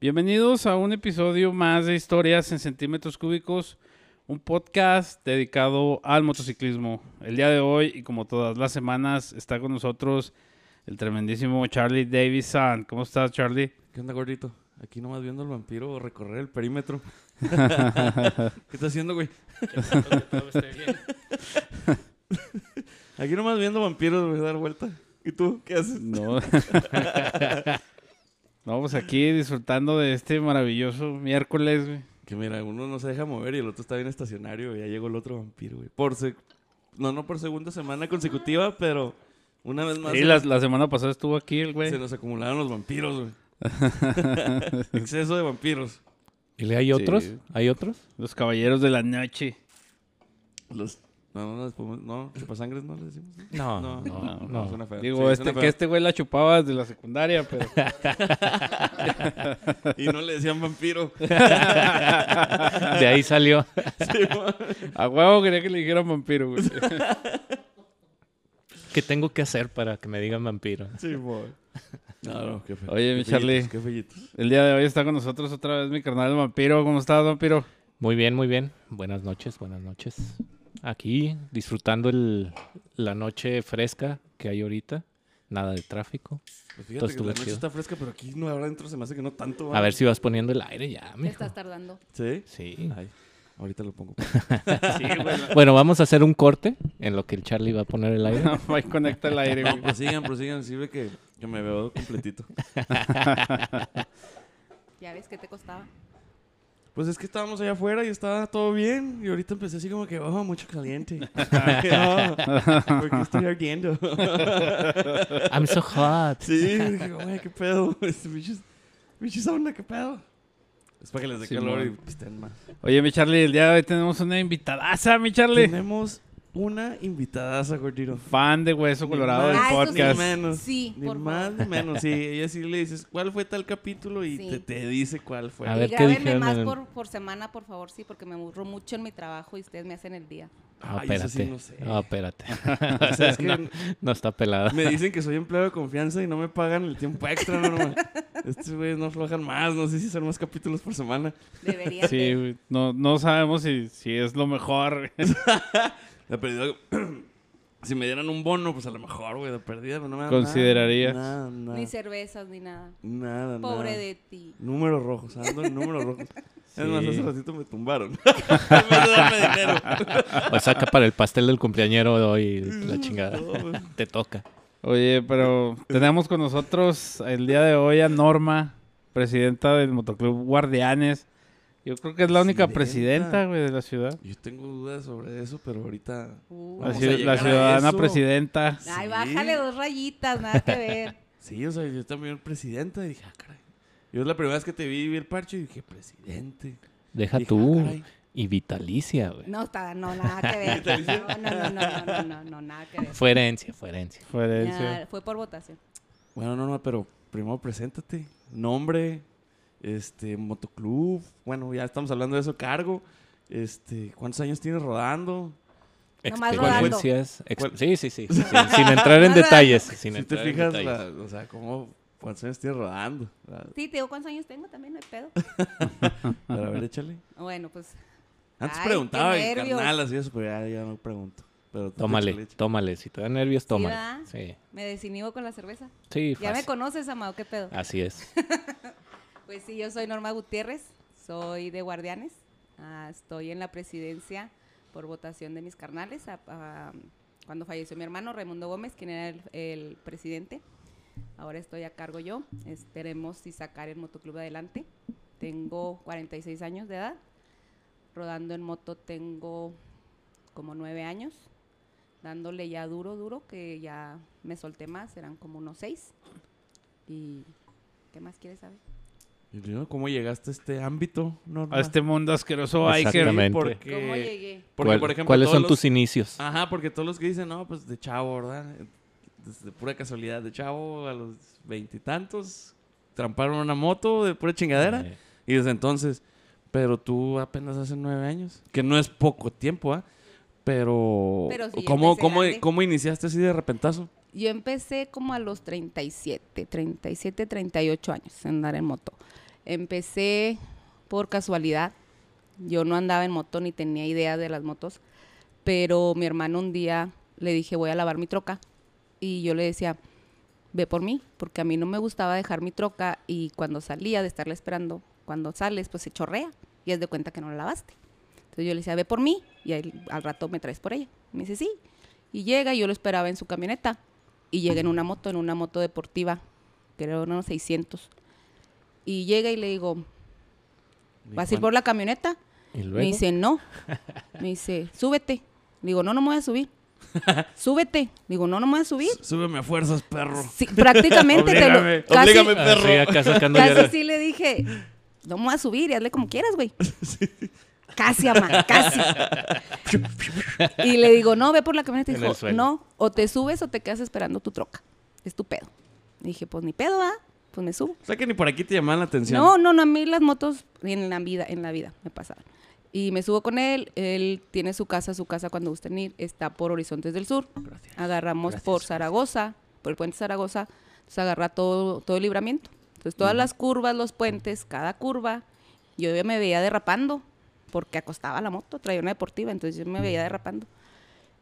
Bienvenidos a un episodio más de Historias en Centímetros Cúbicos, un podcast dedicado al motociclismo. El día de hoy y como todas las semanas está con nosotros el tremendísimo Charlie Davison. ¿Cómo estás, Charlie? ¿Qué onda, gordito? Aquí nomás viendo al vampiro recorrer el perímetro. ¿Qué estás haciendo, güey? Aquí nomás viendo vampiros, güey, dar vuelta. ¿Y tú qué haces? No. No, pues aquí disfrutando de este maravilloso miércoles, güey. Que mira, uno no se deja mover y el otro está bien estacionario. güey. Ya llegó el otro vampiro, güey. Por se- No, no por segunda semana consecutiva, pero una vez más Sí, se, la, la semana pasada estuvo aquí el güey. se nos acumularon los vampiros, güey. Exceso de vampiros. ¿Y le hay otros? Sí. ¿Hay otros? Los caballeros de la noche. Los... No, no, no, les podemos- no, chupasangres no le decimos. No, No, no, no. suena feo. Digo, Sí, este, suena que feo. este güey la chupaba desde la secundaria, pero... Y no le decían vampiro. De ahí salió. A huevo quería que le dijeran vampiro, güey. ¿Qué tengo que hacer para que me digan vampiro? Sí, boy. No, no, qué feo. Oye, mi Qué Charlie. fellitos, Qué fellitos. El día de hoy está con nosotros otra vez mi carnal el vampiro. ¿Cómo estás, vampiro? Muy bien, muy bien. Buenas noches, buenas noches. Aquí disfrutando el- la noche fresca que hay ahorita. Nada de tráfico. Pues Todo fíjate que estuvo la noche chido. está fresca, pero aquí no, ahora adentro se me hace que no tanto. A ¿vale? ver si vas poniendo el aire ya, Te mijo. estás tardando. ¿Sí? Sí. Ay, ahorita lo pongo. Bueno, vamos a hacer un corte en lo que el Charlie va a poner el aire. No, ahí conecta el aire, No, güey. prosigan, prosigan. Sirve que, que me veo completito. Ya ves que te costaba. Pues es que estábamos allá afuera y estaba todo bien. Y ahorita empecé así como que, oh, mucho caliente. Oh, porque estoy ardiendo. I'm so hot. sí, dije, güey, qué pedo. Este bicho, bicho sauna, qué pedo. Es para que les dé Sí, calor mon. y estén más. Oye, mi Charlie, el día de hoy tenemos una invitadaza, mi Charlie. Tenemos una invitadaza, gordito. Fan de Hueso Colorado del Ah, eso sí. podcast. Ni menos. Sí, Ni por más favor. ni menos. Sí, ella sí le dices cuál fue tal capítulo y Sí. te, te dice cuál fue. A ver, y ¿qué grábenme dijeron más en el- por, por semana, por favor, sí, porque me aburro mucho en mi trabajo y ustedes me hacen el día. No, Ay, eso sí Ah, espérate. no sé. No, espérate. O sea, es que No está pelada. me dicen que soy empleado de confianza y no me pagan el tiempo extra, no, no. Estos güeyes no aflojan más, no sé si son más capítulos por semana. Deberían Sí, de- güey. No, no sabemos si, si es lo mejor. güey. La perdida. Si me dieran un bono, pues a lo mejor, güey, de perdida, pero no me dan Considerarías. Nada, nada. Ni Nada, cervezas, ni nada. nada. Pobre nada. de ti. Números rojos, ando en números rojos. Es más, Sí. hace ratito me tumbaron. En vez de darme dinero. O saca para el pastel del cumpleañero de hoy la chingada. No, pues. güey. Te toca. Oye, pero tenemos con nosotros el día de hoy a Norma, presidenta del Motoclub Guardianes. Yo creo que es la única Presidenta. presidenta, güey, de la ciudad. Yo tengo dudas sobre eso, pero ahorita Uh. La, Vamos a ciu- la llegar a ciudadana eso. presidenta. Ay, Sí. bájale dos rayitas, nada que ver. Sí, o sea, yo también presidente. Dije, ah, caray. Yo es la primera vez que te vi, vi el parche y dije, presidente. Deja Dije, tú. ah, caray. Y vitalicia, güey. No, está, no, nada que ver. No, no, no, no, no, no, no, nada que ver. Fue herencia, fue herencia. Fue herencia. Nada, fue por votación. Bueno, no, no, pero primero preséntate. Nombre, este, motoclub. Bueno, ya estamos hablando de eso, cargo. Este, ¿cuántos años tienes rodando? Nomás Experiencias. ex- ¿Cuál? Sí, sí, sí. sin- sin entrar en detalles. si Sin te entrar en fijas, detalles. la- o sea, ¿cómo, ¿cuántos años tienes rodando? La- Sí, te digo cuántos años tengo también, no hay pedo. Pero a ver, échale. Bueno, pues Antes Ay, preguntaba qué en nervios. carnal, así eso, pero ya, ya no pregunto. Pero tú échale, Tómale, échale. tómale. Si te da nervios, tómale. ¿verdad? Sí, me desinhibo con la cerveza. sí, Ya me fácil. conoces, Amado, qué pedo. Así es. Pues sí, yo soy Norma Gutiérrez, soy de Guardianes, ah, estoy en la presidencia por votación de mis carnales, a- a- cuando falleció mi hermano Raimundo Gómez, quien era el, el presidente, ahora estoy a cargo yo, esperemos si sacar el motoclub adelante, tengo 46 años de edad, rodando en moto tengo como 9 años, dándole ya duro, duro, que ya me solté más, eran como unos 6, y ¿qué más quieres saber? Y luego, ¿Cómo llegaste a este ámbito? Norma? A este mundo asqueroso biker. Exactamente. Porque, ¿Cómo llegué? porque, ¿Cuál- por ejemplo, ¿Cuáles son todos los- Ah, tus inicios? Ajá, porque todos los que dicen, no, pues de chavo, ¿verdad? Desde pura casualidad, de chavo a los veintitantos, tramparon una moto de pura chingadera. Eh, Y desde entonces, pero tú apenas hace nueve años, que no es poco tiempo, ¿ah? Pero, Pero sí, ¿cómo, empecé cómo, grande. ¿cómo iniciaste así de repentazo? Yo empecé como a los 37, 37, 38 años en andar en moto. Empecé por casualidad. Yo no andaba en moto ni tenía idea de las motos, pero mi hermano un día le dije, voy a lavar mi troca. Y yo le decía, ve por mí, porque a mí no me gustaba dejar mi troca y cuando salía de estarla esperando, cuando sales, pues se chorrea y es de cuenta que no la lavaste. Entonces yo le decía, ve por mí y al, al rato me traes por ella. Me dice, sí. Y llega y yo lo esperaba en su camioneta y llega en una moto, en una moto deportiva, creo unos 600. Y llega y le digo, ¿vas a ir por la camioneta? Y Me luego, dice, no. Me dice, súbete. Le digo, no, no me voy a subir. súbete. Le digo, no, no me voy a subir. Súbeme a fuerzas, perro. Sí, prácticamente te lo- Oblígame, casi, oblígame, Ah, sí, acá sacando ya casi la- sí le dije, no me voy a subir y hazle como quieras, güey. Casi, ama, casi. y le digo, no, ve por la camioneta. Y En dijo, el suelo. no, o te subes o te quedas esperando tu troca. Es tu pedo. Y dije, pues ni pedo, va, pues me subo. O sea que ni por aquí te llamaban la atención. No, no, no, a mí las motos en la vida, en la vida me pasaban. Y me subo con él, él tiene su casa, su casa cuando gusten ir, está por Horizontes del Sur. Agarramos por Zaragoza, por el puente Zaragoza, entonces agarra todo, todo el libramiento. Entonces todas las curvas, los puentes, cada curva, yo ya me veía derrapando, porque acostaba la moto, traía una deportiva, entonces yo me veía derrapando.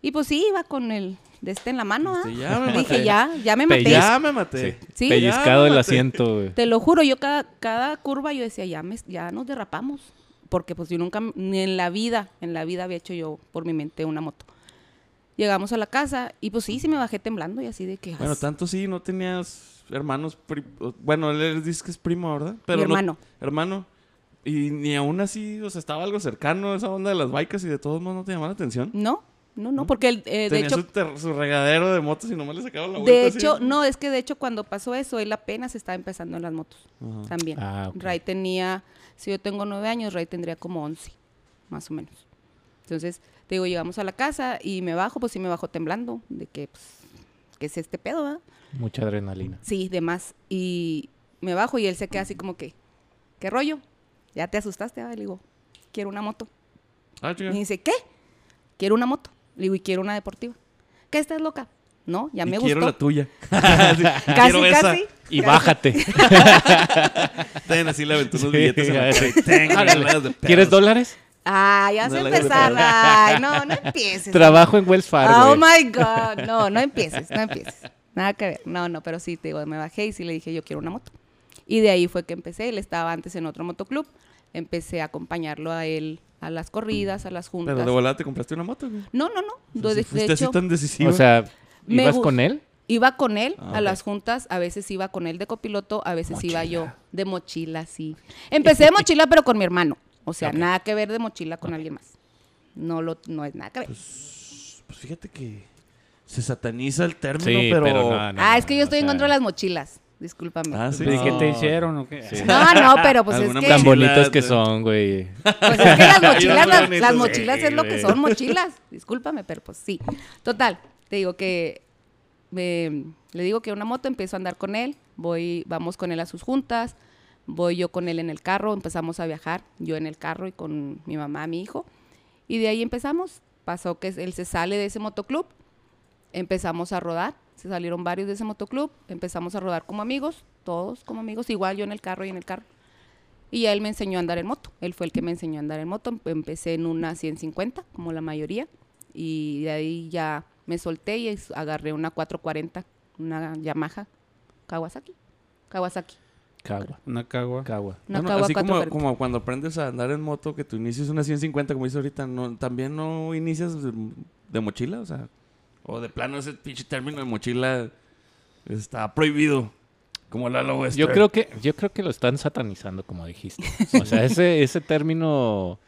Y pues sí, iba con el de este en la mano, ¿ah? Este, ya me maté. Dije, ya, ya me Pe- maté. Ya me maté. Sí. Pellizcado Ya, el mate. asiento, güey. Te lo juro, yo cada, cada curva yo decía, ya, me, ya nos derrapamos. Porque pues yo nunca, ni en la vida, en la vida había hecho yo por mi mente una moto. Llegamos a la casa y pues sí, sí me bajé temblando y así de que... Bueno, as- tanto sí, no tenías hermanos. pri- o- Bueno, él él dice que es primo, ¿verdad? Mi no- hermano. hermano. Y ni aún así, o sea, estaba algo cercano a esa onda de las bikes y de todos modos no te llamaba la atención. no, no, no, porque el- eh, de Tenía su, hecho... ter- su regadero de motos y nomás le sacaban la vuelta. De así. hecho, no, es que de hecho cuando pasó eso, él apenas estaba empezando en las motos Ajá. también. Ah, ok. Ray tenía, si yo tengo nueve años, Ray tendría como once, más o menos. Entonces, te digo, llegamos a la casa y me bajo, pues sí me bajo temblando, de que, pues, ¿qué es este pedo, va? Mucha adrenalina. Sí, demás. Y me bajo y él se queda así como que, ¿qué rollo? ¿Ya te asustaste? Ah, Le digo, quiero una moto. Ah, Y chinga. dice, ¿qué? Quiero una moto. Le digo, y quiero una deportiva. ¿Qué estás loca? No, ya Y me Quiero la gustó. tuya. Casi, quiero esa. casi. Y bájate. Ten así le aventó unos Sí, billetes en la ya sé. cara y ten, Órale. las de ¿Quieres perros. dólares? Ay, Ah, ya No se le gusta. empezar. Ay, no, no empieces. Trabajo en Wells Fargo. Oh güey. my God. No, no empieces, no empieces. Nada que ver. No, no, pero sí, te digo, me bajé y sí le dije, yo quiero una moto. Y de ahí fue que empecé. Él estaba antes en otro motoclub. Empecé a acompañarlo a él a las corridas, a las juntas. Pero de volada te compraste una moto, güey. No, no, no. Entonces, De, de fuiste hecho, así tan decisivo. O sea, Me ¿ibas gus- con él? iba con él Ah, a ok. las juntas, a veces iba con él de copiloto, a veces iba yo de mochila, sí. Empecé de mochila, pero con mi hermano. O sea, nada que ver de mochila con alguien más. No, lo, no es nada que ver. pues fíjate que se sataniza el término, Sí, pero... pero, no, no, ah, no, es que no, yo estoy o en sea, contra de las mochilas. Discúlpame. Ah, sí. ¿De qué te No. hicieron o qué? Sí. No, no, pero pues es Alguna que, Tan mochila. bonitas que Mochilas, son, güey. pues es que las Ay, no, mochilas, las, bonito, las sí, mochilas es lo güey. que son mochilas. Discúlpame, pero pues sí. Total, te digo que me- le digo que una moto, empiezo a andar con él, voy, vamos con él a sus juntas, voy yo con él en el carro, empezamos a viajar, yo en el carro y con mi mamá, mi hijo, y de ahí empezamos. Pasó que él se sale de ese motoclub, empezamos a rodar, se salieron varios de ese motoclub, empezamos a rodar como amigos, todos como amigos, igual yo en el carro y en el carro. Y ya él me enseñó a andar en moto. Él fue el que me enseñó a andar en moto. Empe- Empecé en una 150, como la mayoría. Y de ahí ya me solté y es- agarré una 440, una Yamaha Kawasaki. Kawasaki. Cagua. Una cagua. Cagua. Una Bueno, Kawa así como, 440. como cuando aprendes a andar en moto, que tú inicias una 150, como dices ahorita, no, también no inicias de, de mochila, o sea, o de plano ese pinche término de mochila está prohibido, como la lobo este. Yo creo que yo creo que lo están satanizando como dijiste. O sea, ese ese término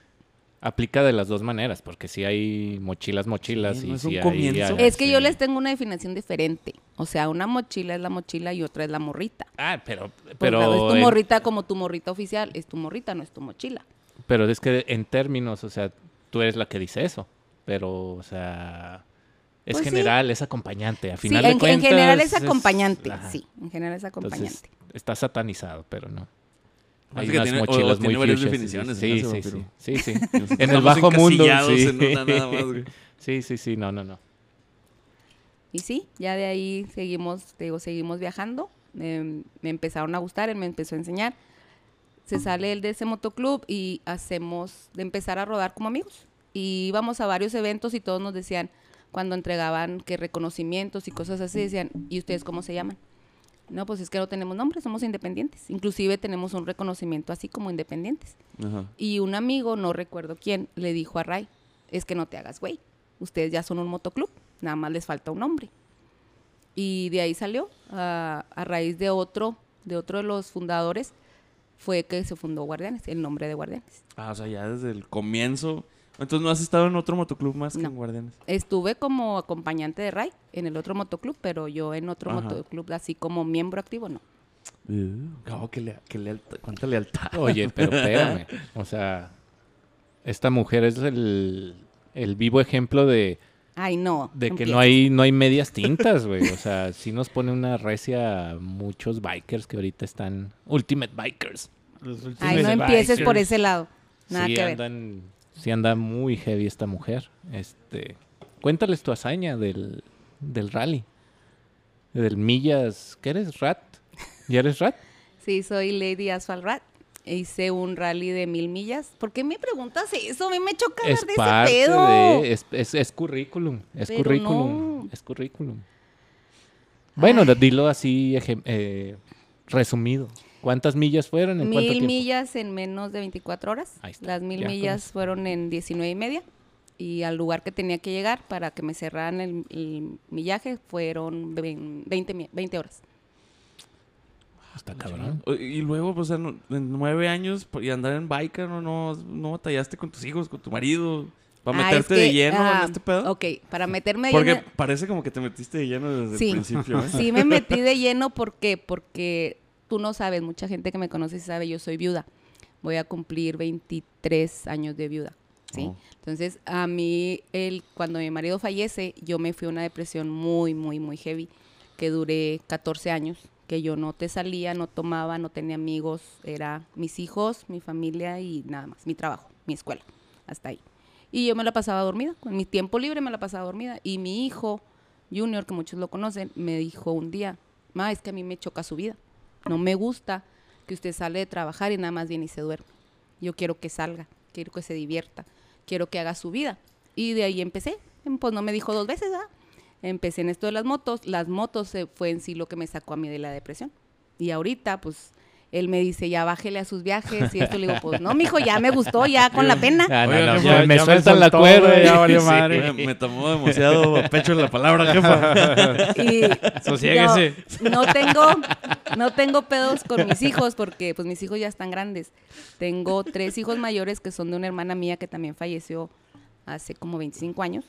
aplica de las dos maneras, porque si hay mochilas mochilas Sí, y no es si un hay comienzo. Es que yo Ah, sí. les tengo una definición diferente. O sea, una mochila es la mochila y otra es la morrita. Ah, pero Pero es pero tu en- morrita como tu morrita oficial. Es tu morrita, no es tu mochila. pero es que en términos, o sea, tú eres la que dice eso, pero o sea, es Pues sí. general, es acompañante, a Sí, final en, de en cuentas, general es acompañante. ajá. Sí, en general es acompañante. Entonces, está satanizado, pero no. Parece que tiene- o- o tiene varias fuchsias, definiciones, Sí, se me sí, hace, sí, pero- sí, sí. en el bajo mundo. Sí. sí, sí, sí, no, no, no. Y sí, ya de ahí seguimos, te digo, seguimos viajando. Em, me empezaron a gustar, él me empezó a enseñar. Se- se sale él de ese motoclub y hacemos de empezar a rodar como amigos. Y íbamos a varios eventos y todos nos decían, cuando entregaban que reconocimientos y cosas así, decían, ¿y ustedes cómo se llaman? No, pues es que no tenemos nombre, somos independientes. Inclusive tenemos un reconocimiento así como independientes. Ajá. Y un amigo, no recuerdo quién, le dijo a Ray, es que no te hagas güey, ustedes ya son un motoclub, nada más les falta un nombre. Y de ahí salió, a, a raíz de otro, de otro de los fundadores, fue que se fundó Guardianes, el nombre de Guardianes. Ah, o sea, ya desde el comienzo. Entonces no has estado en otro motoclub más que No. en Guardianes. Estuve como acompañante de Ray en el otro motoclub, pero yo en otro Ajá. motoclub, así como miembro activo, no. No, qué, lea- qué lealtad, cuánta lealtad. Oye, pero espérame. O sea, esta mujer es el, el vivo ejemplo de, Ay, no. de que empieza. no hay, no hay medias tintas, güey. O sea, sí nos pone una recia a muchos bikers que ahorita están Ultimate Bikers. Los últimos- Ay, no Bikers. empieces por ese lado. Nada sí, que ver. andan, sí anda muy heavy esta mujer. Este, cuéntales tu hazaña del, del rally. Del millas. ¿Qué eres? ¿Rat? ¿Ya eres rat? Sí, soy Lady Asphalt Rat. E Hice un rally de mil millas. ¿Por qué me preguntas eso? A mí me choca hablar Es de parte ese pedo. de... Es, es- es currículum. Es Pero currículum. no. Es currículum. Bueno, dilo así ejem- eh, resumido. ¿Cuántas millas fueron? ¿En cuánto Mil tiempo? millas en menos de 24 horas. Ahí está, Las mil ya con millas eso. fueron en 19 y media. Y al lugar que tenía que llegar para que me cerraran el, el millaje fueron vein- 20, mi- 20 horas. Está cabrón. O- Y luego, pues, en, en nueve años po- y andar en biker, ¿no, no, no batallaste con tus hijos, con tu marido, para Ah, meterte es que- de lleno ah, en este pedo. Ok, para meterme de Porque lleno. parece como que te metiste de lleno desde Sí. el principio. ¿eh? Sí, me metí de lleno. ¿Por qué? Porque tú no sabes, mucha gente que me conoce sabe, yo soy viuda. Voy a cumplir 23 años de viuda. ¿sí? Oh. Entonces, a mí, el, cuando mi marido fallece, yo me fui a una depresión muy, muy, muy heavy, que duré 14 años, que yo no te salía, no tomaba, no tenía amigos, era mis hijos, mi familia y nada más, mi trabajo, mi escuela, hasta ahí. Y yo me la pasaba dormida, con mi tiempo libre me la pasaba dormida. Y mi hijo, Junior, que muchos lo conocen, me dijo un día, ma, es que a mí me choca su vida. No me gusta que usted sale de trabajar y nada más viene y se duerme. Yo quiero que salga, quiero que se divierta, quiero que haga su vida. Y de ahí empecé. Em, Pues no me dijo dos veces, ¿ah? Empecé en esto de las motos. Las motos eh, fue en sí lo que me sacó a mí de la depresión. Y ahorita, pues, él me dice, ya bájele a sus viajes y esto. Le digo, pues, no, mijo, ya me gustó, ya con la pena. Ah, no, Oiga, no, jefa, ya ya me me sueltan la soltó, cuerda. güey, ya y- valió sí. madre. Oye, Me tomó demasiado a pecho la palabra, jefa. Y Sosiéguese. yo No, tengo, no tengo pedos con mis hijos porque pues mis hijos ya están grandes. Tengo tres hijos mayores que son de una hermana mía que también falleció hace como 25 años.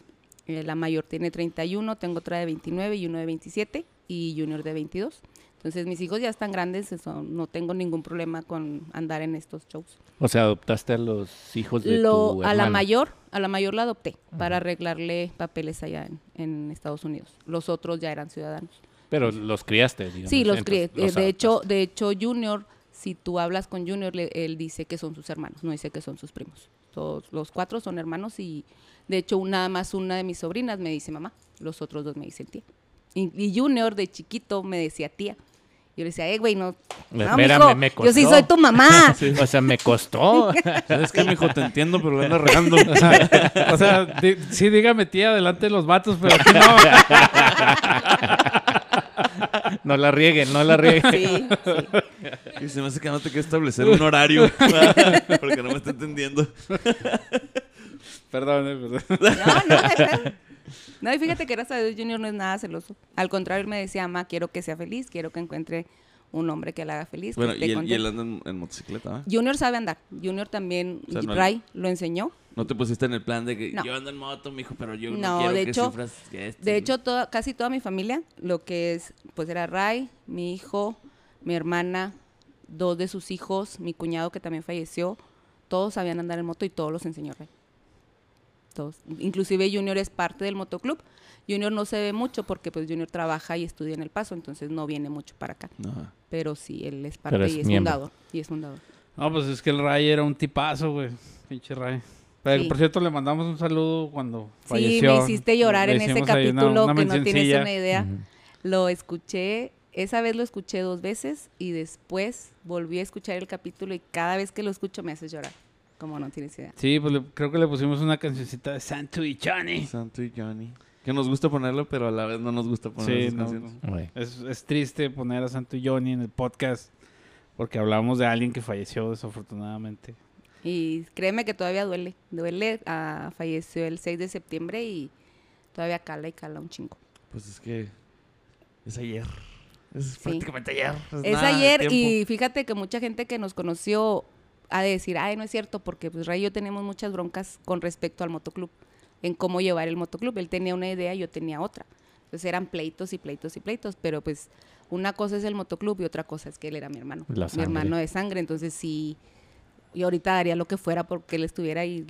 Eh, la mayor tiene 31, tengo otra de 29 y uno de 27 y Junior de 22. Entonces mis hijos ya están grandes, eso, no tengo ningún problema con andar en estos shows. O sea, adoptaste a los hijos Pues de Lo- tu a la hermana. mayor, a la mayor la adopté para arreglarle papeles allá en- en Estados Unidos. Los otros ya eran ciudadanos. Pero los criaste, digamos. Sí, los crié. entonces, pues Eh, los de hecho, adoptaste. de hecho, Junior, si tú hablas con Junior, le- él dice que son sus hermanos, no dice que son sus primos. Todos, los cuatro son hermanos y de hecho un- nada más una de mis sobrinas me dice mamá, los otros dos me dicen tía. Y, y Junior de chiquito me decía tía. Yo le decía, eh, güey, no, no, Espérame, mijo, me yo sí costó. soy tu mamá. pues, O sea, me costó. ¿Sabes qué, mijo? Te entiendo, pero lo andas regando. O sea, o sea, di- sí, dígame tía delante de los vatos, pero aquí no. No la rieguen, no la rieguen. Sí, sí. Y se me hace que no te quiero establecer un horario. Porque no me está entendiendo. Perdón, eh, perdón. No, no, no hay pedo. No, y fíjate que gracias a Dios Junior no es nada celoso. Al contrario, él me decía, mamá, quiero que sea feliz, quiero que encuentre un hombre que la haga feliz. que Bueno, esté y él, y contento". él anda en, en motocicleta, ¿va? Junior sabe andar. Junior también, O sea, no- Ray lo enseñó. No te pusiste en el plan de que No. yo ando en moto, mijo, pero yo no, No, quiero de que hecho- sufras este, que esto". De hecho, toda, casi toda mi familia, lo que es, pues era Ray, mi hijo, mi hermana, dos de sus hijos, mi cuñado que también falleció, todos sabían andar en moto y todos los enseñó Ray. Todos. Inclusive Junior es parte del motoclub. Junior no se ve mucho porque pues Junior trabaja y estudia en El Paso, entonces no viene mucho para acá. Ajá. Pero sí, él es parte Pero es y es miembro. fundador. Y es fundador. No, pues es que el Ray era un tipazo, güey. Pinche Ray. Pero, Sí. Por cierto, le mandamos un saludo cuando Sí, falleció. me hiciste llorar Le en ese hicimos ahí una- capítulo una que no tienes mencioncilla. una idea. Ujú. Lo escuché Esa vez lo escuché dos veces y después volví a escuchar el capítulo y cada vez que lo escucho me hace llorar. Como no tienes idea. Sí, pues le- creo que le pusimos una cancioncita de Santo y Johnny. Santo y Johnny. Que nos gusta ponerlo, pero a la vez no nos gusta poner Sí, esas no, canciones. Güey. Es, es triste poner a Santo y Johnny en el podcast porque hablamos de alguien que falleció desafortunadamente. Y créeme que todavía duele. Duele. ah, falleció el 6 de septiembre y todavía cala y cala un chingo. Pues es que es ayer. Es Sí. prácticamente ayer. pues Es nada de ayer tiempo. y fíjate que mucha gente que nos conoció a decir, ay, no es cierto, porque pues Ray y yo tenemos muchas broncas con respecto al motoclub, en cómo llevar el motoclub. Él tenía una idea, yo tenía otra. Entonces eran pleitos y pleitos y pleitos, pero pues una cosa es el motoclub y otra cosa es que él era mi hermano. La mi sangre. hermano de sangre, entonces sí, y ahorita daría lo que fuera porque él estuviera ahí.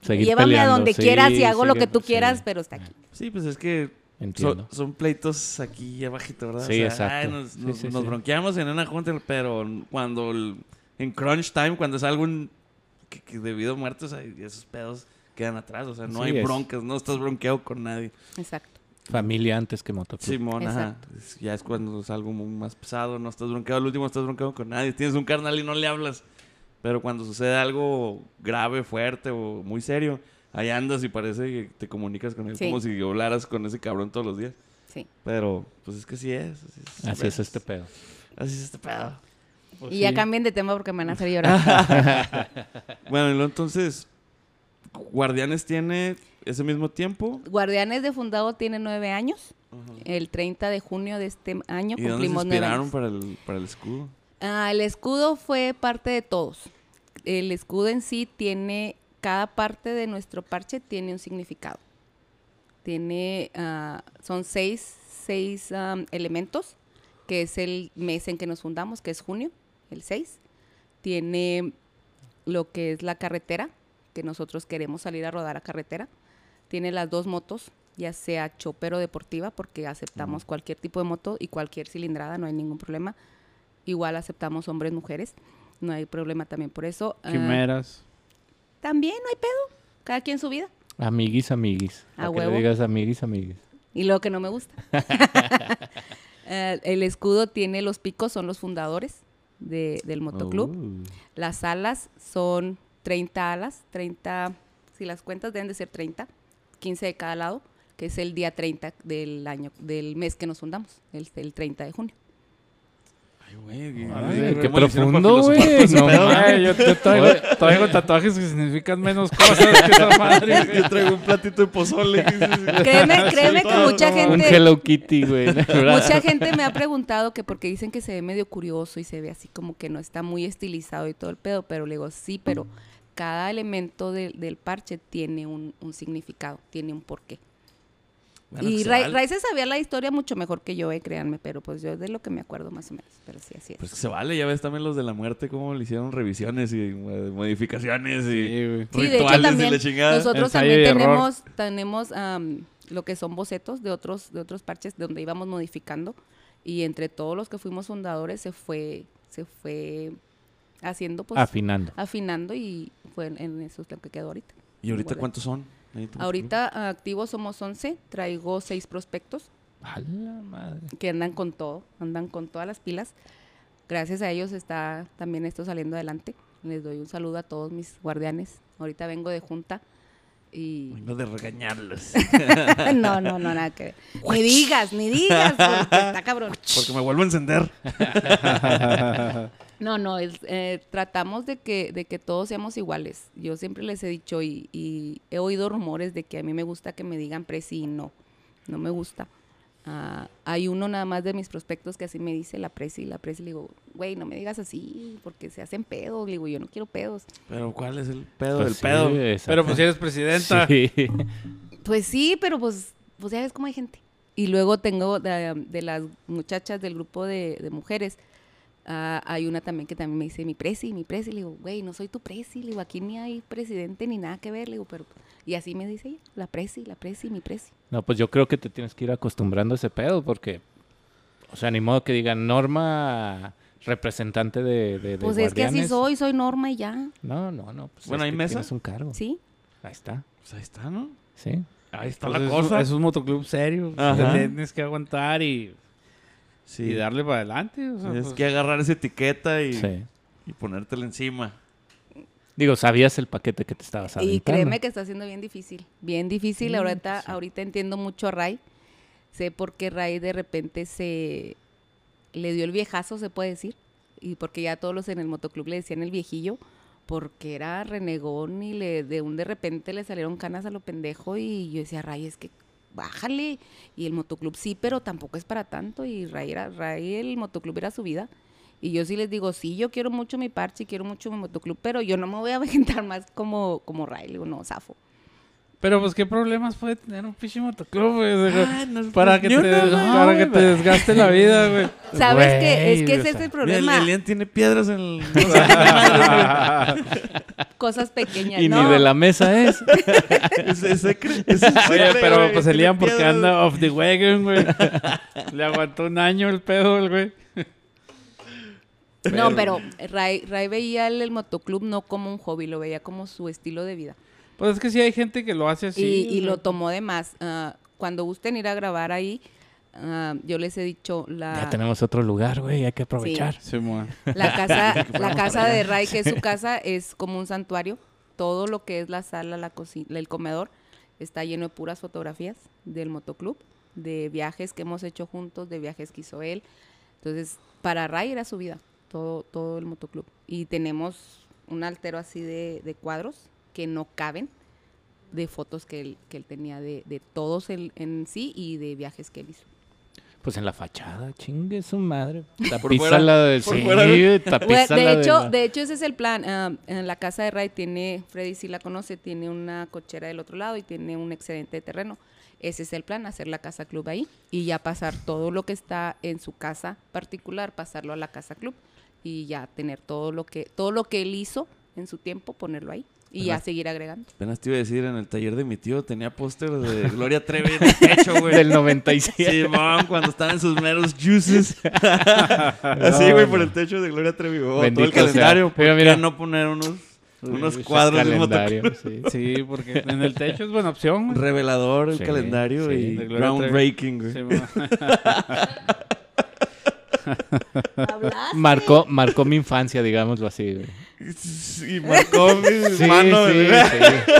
Seguir Llévame peleando, a donde sí, quieras y hago lo sigue- pues, que tú sí, quieras, pero está aquí. Sí, pues es que Entiendo. son, son pleitos aquí abajito, ¿verdad? Sí, ay, exacto. nos Sí, nos- sí, nos sí. bronqueamos en una junta, pero cuando el- en crunch time, cuando es algo en- que, que debido a muertos, ay, esos pedos quedan atrás. O sea, no Así hay es. broncas, no estás bronqueado con nadie. Exacto. Familia antes que motoclub. Simón, ajá. Exacto. Es- Ya es cuando es algo muy más pesado, no estás bronqueado, al último no estás bronqueado con nadie, tienes un carnal y no le hablas. Pero cuando sucede algo grave, fuerte o muy serio, ahí andas y parece que te comunicas con él Sí. como si hablaras con ese cabrón todos los días. Sí. Pero, pues es que sí pues. es. Así es, Así es este pedo. Así es este pedo. Pues y sí. ya cambien de tema porque me van a hacer llorar. Bueno, y luego entonces, Guardianes tiene ese mismo tiempo. Guardianes de Fundado tiene nueve años. Ajá. El 30 de junio de este año ¿Y de dónde se cumplimos nueve inspiraron años. para el, para el escudo? Ah, el escudo fue parte de todos. El escudo en sí tiene, cada parte de nuestro parche tiene un significado. Tiene, ah, son seis, seis am, elementos, que es el mes en que nos fundamos, que es junio, el 6. Tiene lo que es la carretera, que nosotros queremos salir a rodar a carretera. Tiene las dos motos, ya sea chopero deportiva, porque aceptamos cualquier tipo de moto y cualquier cilindrada, no hay ningún problema. Igual aceptamos hombres, mujeres, no hay problema también por eso. Ah, Quimeras. también no hay pedo, cada quien su vida. Amiguis, amiguis. A Para que huevo. le digas amiguis, amiguis. Y lo que no me gusta. Eh, el escudo tiene los picos, son los fundadores de- del motoclub. Oh. Uh, Las alas son 30 alas, 30, si las cuentas deben de ser 30, 15 de cada lado, que es el día 30 del año, del mes que nos fundamos, el, el 30 de junio. Ay, güey. Ay, güey, qué ¿cómo le hicieron para profundo, güey. filosofar todo ese No pedo? Ay, yo yo traigo, traigo tatuajes que significan menos cosas que esa madre. güey. Yo traigo un platito de pozole. Créeme, créeme que mucha un gente, Hello Kitty, güey. en el brazo. mucha gente me ha preguntado que porque dicen que se ve medio curioso y se ve así como que no está muy estilizado y todo el pedo, pero le digo, sí, pero cada elemento del- del parche tiene un, un significado, tiene un porqué. y Ra- Raíz Raíces sabía la historia mucho mejor que yo, eh, créanme, pero pues yo de lo que me acuerdo más o menos, pero sí, así es. Pues que se vale, ya ves también los de la muerte, cómo le hicieron revisiones y eh, modificaciones y Sí, güey. Sí, de hecho rituales y también la chingada. nosotros Ensayo también y error. tenemos, tenemos am, lo que son bocetos de otros, de otros parches donde íbamos modificando y entre todos los que fuimos fundadores se fue, se fue haciendo pues Afinando. afinando y fue en, en eso es lo que quedó ahorita. ¿Y ahorita Guarda. cuántos son? Ahí tú- Ahorita ah, activos somos 11, traigo seis prospectos A la madre. que andan con todo, andan con todas las pilas. Gracias a ellos está también esto saliendo adelante. Les doy un saludo a todos mis guardianes. Ahorita vengo de junta y Vengo de regañarlos. no, no, no, nada que ver. Ni digas, ni digas, porque está cabrón. Porque me vuelvo a encender. No, no, es, eh, tratamos de que, de que todos seamos iguales. Yo siempre les he dicho y, y he oído rumores de que a mí me gusta que me digan presi y no, no me gusta. Ah, hay uno nada más de mis prospectos que así me dice la presi, la presi, le digo, güey, no me digas así, porque se hacen pedos, le digo, yo no quiero pedos. Pero ¿cuál es el pedo Pues del sí, pedo? exacto. Pero pues si eres presidenta. Sí. Pues sí, pero pues, pues ya ves cómo hay gente. Y luego tengo de, de las muchachas del grupo de, de mujeres, ah, hay una también que también me dice mi presi, mi presi. Le digo, güey, no soy tu presi. Le digo, aquí ni hay presidente ni nada que ver. Le digo, pero. pues", Y así me dice ella, la presi, la presi, mi presi. No, pues yo creo que te tienes que ir acostumbrando a ese pedo porque, o sea, ni modo que digan Norma representante de, de, de Pues es que así guardianes. soy, soy Norma y ya. No, no, no. pues Bueno, es ¿hay que mesa? Tienes un cargo. ¿Sí? Ahí está. Pues ahí está, ¿no? Sí. Ahí está Pues es, un- es un motoclub serio. Ajá. Te tienes que aguantar y Sí. y darle para adelante. o sea, Tienes pues, que agarrar esa etiqueta y, Sí. y ponértela encima. Digo, sabías el paquete que te estabas aventando. Y créeme que está siendo bien difícil, bien difícil. ahorita, ahorita entiendo mucho a Ray. Sé por qué Ray de repente se le dio el viejazo, se puede decir. Y porque ya todos los en el motoclub le decían el viejillo, porque era renegón y le, de un de repente le salieron canas a lo pendejo. Y yo decía, Ray, es que bájale. Y el motoclub sí, pero tampoco es para tanto. Y Ray, era, Ray el motoclub era su vida. Y yo sí les digo, sí, yo quiero mucho mi parche, quiero mucho mi motoclub, pero yo no me voy a aventar más como, como Ray, le digo, no, zafo. Pero pues qué problemas puede tener un pinche motoclub, güey. O sea, Ah, no, para pues, que, ni te, uno, güey. para que te desgaste la vida, güey. ¿Sabes qué? Es Güey, que o sea, ese es el Mira, el problema. Elian tiene piedras en el... Cosas pequeñas, Y ¿no? ni de la mesa es. es, es secre- es un Oye, secre, pero güey, pues tiene el Ian porque piedras. anda off the wagon, güey. Le aguantó un año el pedo, el güey. No, pero Ray, Ray veía el, el motoclub no como un hobby, lo veía como su estilo de vida. Pues es que sí hay gente que lo hace así. y, y güey. lo tomó de más. Ah, cuando gusten ir a grabar ahí, ah, yo les he dicho la... Ya tenemos otro lugar, güey, hay que aprovechar. Simón. La casa, la casa de Ray, que es su casa, es como un santuario. Todo lo que es la sala, la cocina, el comedor, está lleno de puras fotografías del motoclub, de viajes que hemos hecho juntos, de viajes que hizo él. Entonces, para Ray era su vida, todo, todo el motoclub. Y tenemos un altero así de, de cuadros que no caben, de fotos que él, que él tenía de, de todos en, en sí y de viajes que él hizo. Pues en la fachada, chingue su madre. Por fuera, Tapiza la del por sí, fuera, güey. Bueno, tapiza la Pues, de, de hecho, la- de hecho, ese es el plan. Ah, en la casa de Ray tiene, Freddy sí la conoce, tiene una cochera del otro lado y tiene un excedente de terreno. Ese es el plan, hacer la casa club ahí y ya pasar todo lo que está en su casa particular, pasarlo a la casa club y ya tener todo lo que, todo lo que él hizo en su tiempo, ponerlo ahí y ya Ajá. seguir agregando. Apenas te iba a decir, en el taller de mi tío tenía póster de Gloria Trevi en el techo, güey. del 97. Simón, cuando estaban en sus meros juices. Así, güey, por el techo de Gloria Trevi. Oh, todo el Bendito sea. calendario. ¿Por Mira, mira. qué no poner unos, unos Ese cuadros de calendario, motoclub? sí. Sí, porque en el techo es buena opción, güey. Revelador el Sí, calendario sí. y De Gloria groundbreaking, güey. Simón. Marcó, marcó mi infancia, digámoslo así. güey. Y marcó mi mano, sí, güey. sí.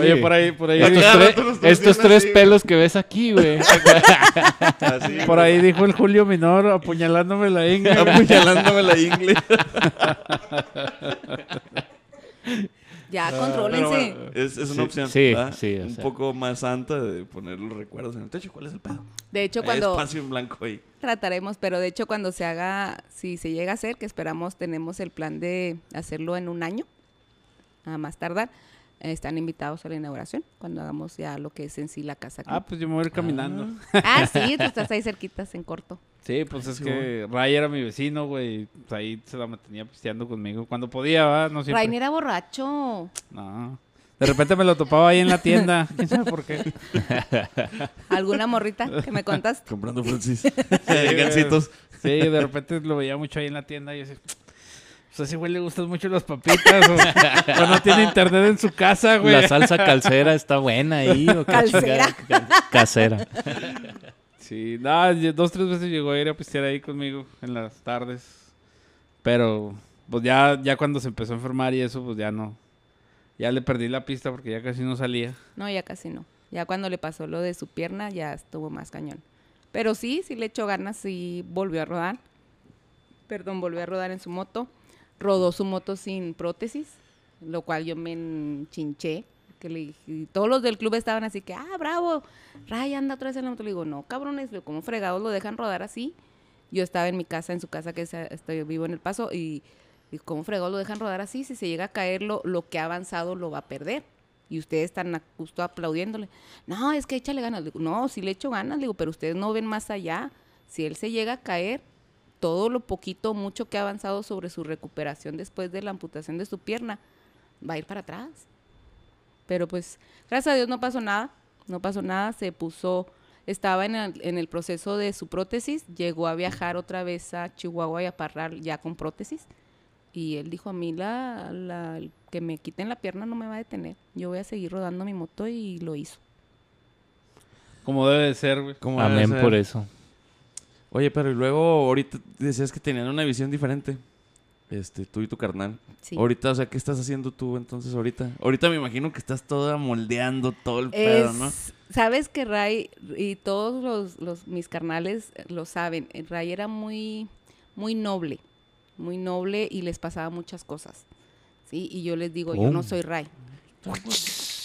Oye, Sí. por ahí, por ahí, Ya Estos, cada tres- rato los torcían estos tres así, güey. pelos que ves aquí, güey. Así, por ahí dijo el Julio Minor apuñalándome la ingle. Ah, apuñalándome la ingle. Ya, Ah, Pero contrólense. bueno, es, es una Sí, opción. sí, ¿verdad? sí, o Un sea. poco más santa de poner los recuerdos en el techo. ¿Cuál es el pedo? De hecho, Hay cuando... espacio en blanco ahí. Trataremos, pero de hecho cuando se haga, si se llega a hacer, que esperamos, tenemos el plan de hacerlo en un año, a más tardar, eh, están invitados a la inauguración, cuando hagamos ya lo que es en sí la casa. Ah, club. pues yo me voy a ir caminando. Ah, sí, tú estás ahí cerquitas en corto. Sí, pues es Sí, que Ray era mi vecino, güey. Pues ahí se la mantenía pisteando conmigo. Cuando podía, ¿va? No siempre. Rain era borracho. No. De repente me lo topaba ahí en la tienda. ¿Quién sabe por qué? ¿Alguna morrita que me contaste? Comprando Francis. Sí, gancitos. Sí, de repente lo veía mucho ahí en la tienda y yo decía, pues a ese güey le gustan mucho las papitas o, o no tiene internet en su casa, güey. La salsa calcera está buena ahí. ¿o qué Calcera. chingada? Ca- Casera. Sí, nada, lle- dos, tres veces llegó a ir a pistear ahí conmigo en las tardes. Pero, pues ya, ya cuando se empezó a enfermar y eso, pues ya no. Ya le perdí la pista porque ya casi no salía. No, ya casi no. Ya cuando le pasó lo de su pierna, ya estuvo más cañón. Pero sí, sí le echó ganas, sí volvió a rodar. Perdón, volvió a rodar en su moto. Rodó su moto sin prótesis, lo cual yo me enchinché. Que le dije- y todos los del club estaban así que, ah, bravo, Ray anda otra vez en la moto. Le digo, no, cabrones, le digo, ¿cómo fregados lo dejan rodar así? Yo estaba en mi casa, en su casa, que es- eh, estoy vivo en El Paso, y, y ¿cómo fregados lo dejan rodar así? Si se llega a caer, lo, lo que ha avanzado lo va a perder. Y ustedes están a- justo aplaudiéndole. No, es que échale ganas. Le digo, no, sí le echo ganas, le digo, pero ustedes no ven más allá. Si él se llega a caer, todo lo poquito o mucho que ha avanzado sobre su recuperación después de la amputación de su pierna, va a ir para atrás. Pero pues, gracias a Dios no pasó nada, no pasó nada, se puso, estaba en el, en el proceso de su prótesis, llegó a viajar otra vez a Chihuahua y a Parral ya con prótesis. Y él dijo, a mí la, la- el que me quiten la pierna no me va a detener, yo voy a seguir rodando mi moto y lo hizo. Como debe de ser, güey. Como debe Amén ser. por eso. Oye, pero y luego ahorita decías que tenían una visión diferente. Este, tú y tu carnal. Sí. Ahorita, o sea, ¿qué estás haciendo tú entonces ahorita? Ahorita me imagino que estás toda moldeando todo el pedo, ¿no? Es- Sabes que Ray y todos los, los- mis carnales lo saben. eh, Ray era muy, muy noble, muy noble y les pasaba muchas cosas. Sí, y yo les digo, yo no Oh. Pum. soy Ray.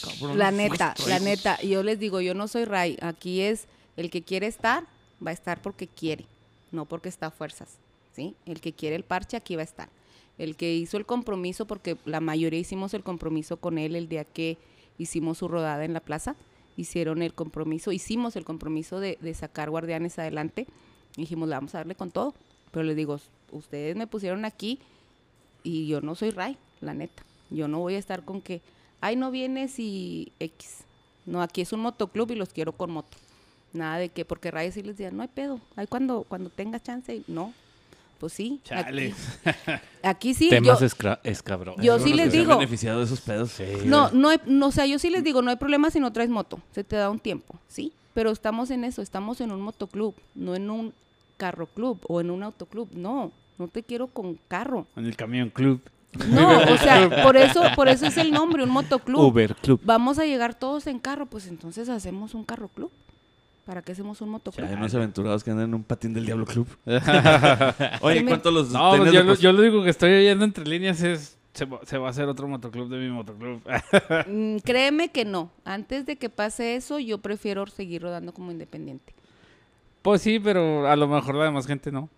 Cabrón. La neta, la neta, yo les digo, yo no soy Ray. Aquí es el que quiere estar, va a estar porque quiere, no porque está a fuerzas. ¿sí? El que quiere el parche, aquí va a estar. El que hizo el compromiso, porque la mayoría hicimos el compromiso con él el día que hicimos su rodada en la plaza, hicieron el compromiso, hicimos el compromiso de, de sacar guardianes adelante. Dijimos, "Le vamos a darle con todo. Pero les digo, ustedes me pusieron aquí y yo no soy Ray, la neta. Yo no voy a estar con que, ay, no vienes y X. No, aquí es un motoclub y los quiero con moto. Nada de que, porque Ray sí les decía, no hay pedo, ahí cuando, cuando tenga chance, y no. Pues sí. aquí- Chale. Aquí sí, Temas yo, escra- escabrosos. yo Son sí los les que se han digo. beneficiado de esos pedos. No, no, hay- no, o sea, yo sí les digo, no hay problema si no traes moto, se te da un tiempo, ¿sí? Pero estamos en eso, estamos en un motoclub, no en un carro club o en un autoclub, no, no te quiero con carro. En el camión club. No, o sea, por eso, por eso es el nombre, un motoclub. Uber Club. Vamos a llegar todos en carro, pues entonces hacemos un carro club. ¿Para qué hacemos un motoclub? Hay unos aventurados que andan en un patín del Diablo Club. Sí Oye, me- ¿cuántos los No, pues tenías yo, de lo- pos- yo lo único que estoy oyendo entre líneas es. Se va, se va a hacer otro motoclub de mi motoclub. Mm, créeme que no. Antes de que pase eso, yo prefiero seguir rodando como independiente. pues sí, pero a lo mejor la demás gente no.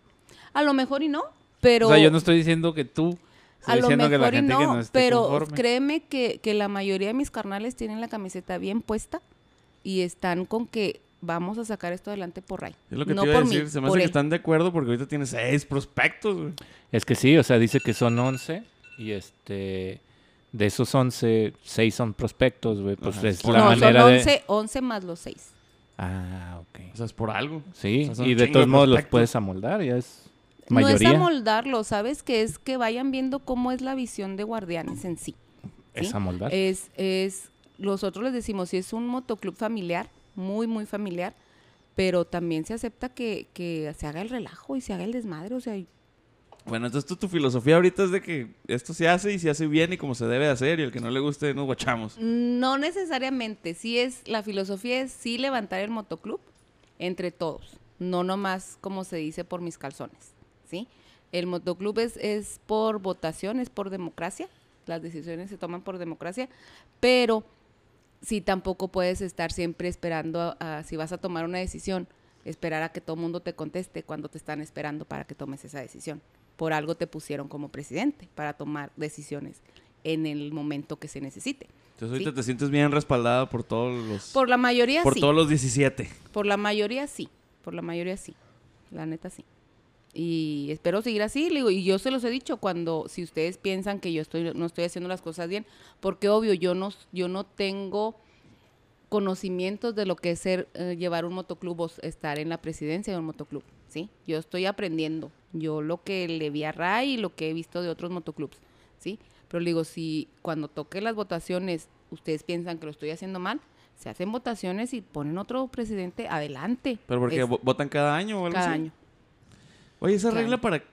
A lo mejor y no, pero... o sea, yo no estoy diciendo que tú. Estoy A lo diciendo mejor que la y gente no, que no esté pero conforme. créeme que, que la mayoría de mis carnales tienen la camiseta bien puesta y están con que vamos a sacar esto adelante por Ray. Es lo que no te iba a por mí, decir. Se me por hace que él. están de acuerdo porque ahorita tienes seis prospectos, güey. Es que sí, o sea, dice que son 11 y este de esos 11, 6 son prospectos, güey, pues Ajá. es No, la no, manera son de 11, 11 más los 6. Ah, ok. O sea, es por algo. Sí, O sea, son y de chingo todos modos los prospectos. puedes amoldar, ya es No es mayoría. amoldarlo, ¿sabes? Que es que vayan viendo cómo es la visión de Guardianes en sí. es ¿sí? Eh, amoldar. Es, es, nosotros les decimos, si es un motoclub familiar, muy, muy familiar, pero también se acepta que, que se haga el relajo y se haga el desmadre, o sea, Bueno, entonces tú, tu filosofía ahorita es de que esto se hace y se hace bien y como se debe de hacer y el que no le guste nos guachamos. No necesariamente, sí es, la filosofía es sí levantar el motoclub entre todos, no nomás como se dice por mis calzones, ¿sí? El motoclub es, es por votación, es por democracia, las decisiones se toman por democracia, pero sí tampoco puedes estar siempre esperando, a- a- si vas a tomar una decisión, esperar a que todo el mundo te conteste cuando te están esperando para que tomes esa decisión. Por algo te pusieron como presidente, para tomar decisiones en el momento que se necesite. Entonces ahorita Sí. te sientes bien respaldado por todos los... Por la mayoría por sí. todos los 17. Por la mayoría sí. Por la mayoría sí. La neta sí. Y espero seguir así, le digo, y yo se los he dicho cuando, si ustedes piensan que yo estoy, no estoy haciendo las cosas bien, porque obvio, yo no, yo no tengo conocimientos de lo que es ser, eh, llevar un motoclub o s- estar en la presidencia de un motoclub, ¿sí? Yo estoy aprendiendo, yo lo que le vi a Ray y lo que he visto de otros motoclubs, ¿sí? Pero le digo, si cuando toque las votaciones ustedes piensan que lo estoy haciendo mal, se hacen votaciones y ponen otro presidente adelante. ¿Pero porque Es vo- votan cada año o algo cada así? año. Oye, ¿esa Cada regla año. para...?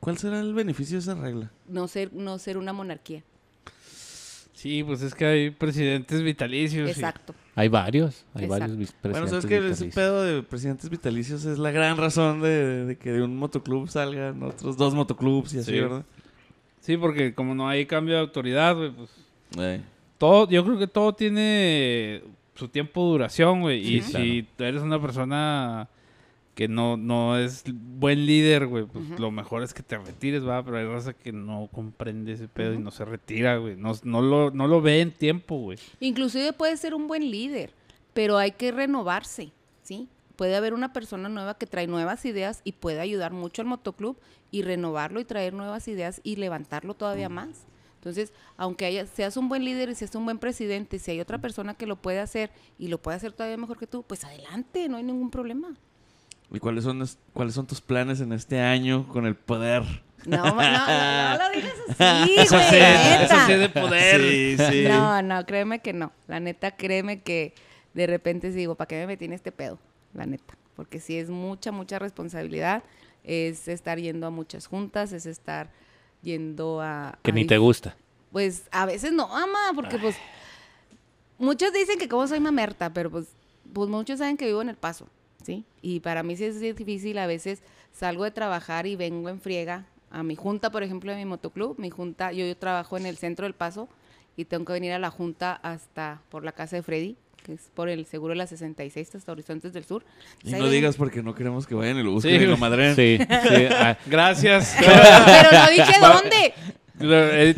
¿Cuál será el beneficio de esa regla? No ser, no ser una monarquía. Sí, pues es que hay presidentes vitalicios. y- Exacto. Hay varios, hay Exacto. varios vicepresidentes. Bueno, ¿sabes que ese vitalicios. pedo de presidentes vitalicios es la gran razón de, de que de un motoclub salgan otros dos motoclubs y así, Sí. ¿verdad? Sí, porque como no hay cambio de autoridad, güey, pues Eh. todo, yo creo que todo tiene su tiempo de duración, güey. y Sí, si tú eres una persona que no, no es buen líder, güey, pues lo mejor es que te retires, va. Pero hay raza que no comprende ese pedo y no se retira, güey. No, no, lo, no lo ve en tiempo, güey. Inclusive puede ser un buen líder, pero hay que renovarse, ¿sí? Puede haber una persona nueva que trae nuevas ideas y puede ayudar mucho al motoclub y renovarlo y traer nuevas ideas y levantarlo todavía más. Entonces, aunque haya, seas un buen líder y seas un buen presidente, si hay otra persona que lo puede hacer y lo puede hacer todavía mejor que tú, pues adelante, no hay ningún problema. ¿Y cuáles son, es- cuáles son tus planes en este año con el poder? No, no, no, no lo digas así, güey. Eso sí, eso neta. sí de poder. Sí, sí. No, no, créeme que no. La neta, créeme que de repente sí digo, ¿para qué me metí en este pedo? La neta. porque sí es mucha, mucha responsabilidad, es estar yendo a muchas juntas, es estar yendo a... Que a ni te dif- gusta. Pues a veces no, ama, porque pues muchos dicen que como soy mamerta, pero pues, pues muchos saben que vivo en El Paso, ¿sí? Y para mí sí es difícil, a veces salgo de trabajar y vengo en friega a mi junta, por ejemplo, de mi motoclub, mi junta, yo, yo trabajo en el centro del Paso y tengo que venir a la junta hasta por la casa de Freddy, que es por el seguro de la 66 hasta Horizontes del Sur. Y Ahí no ven- digas porque no queremos que vayan el bus Sí, y lo güey. madre. Sí, sí. ah, Gracias. Pero no dije dónde,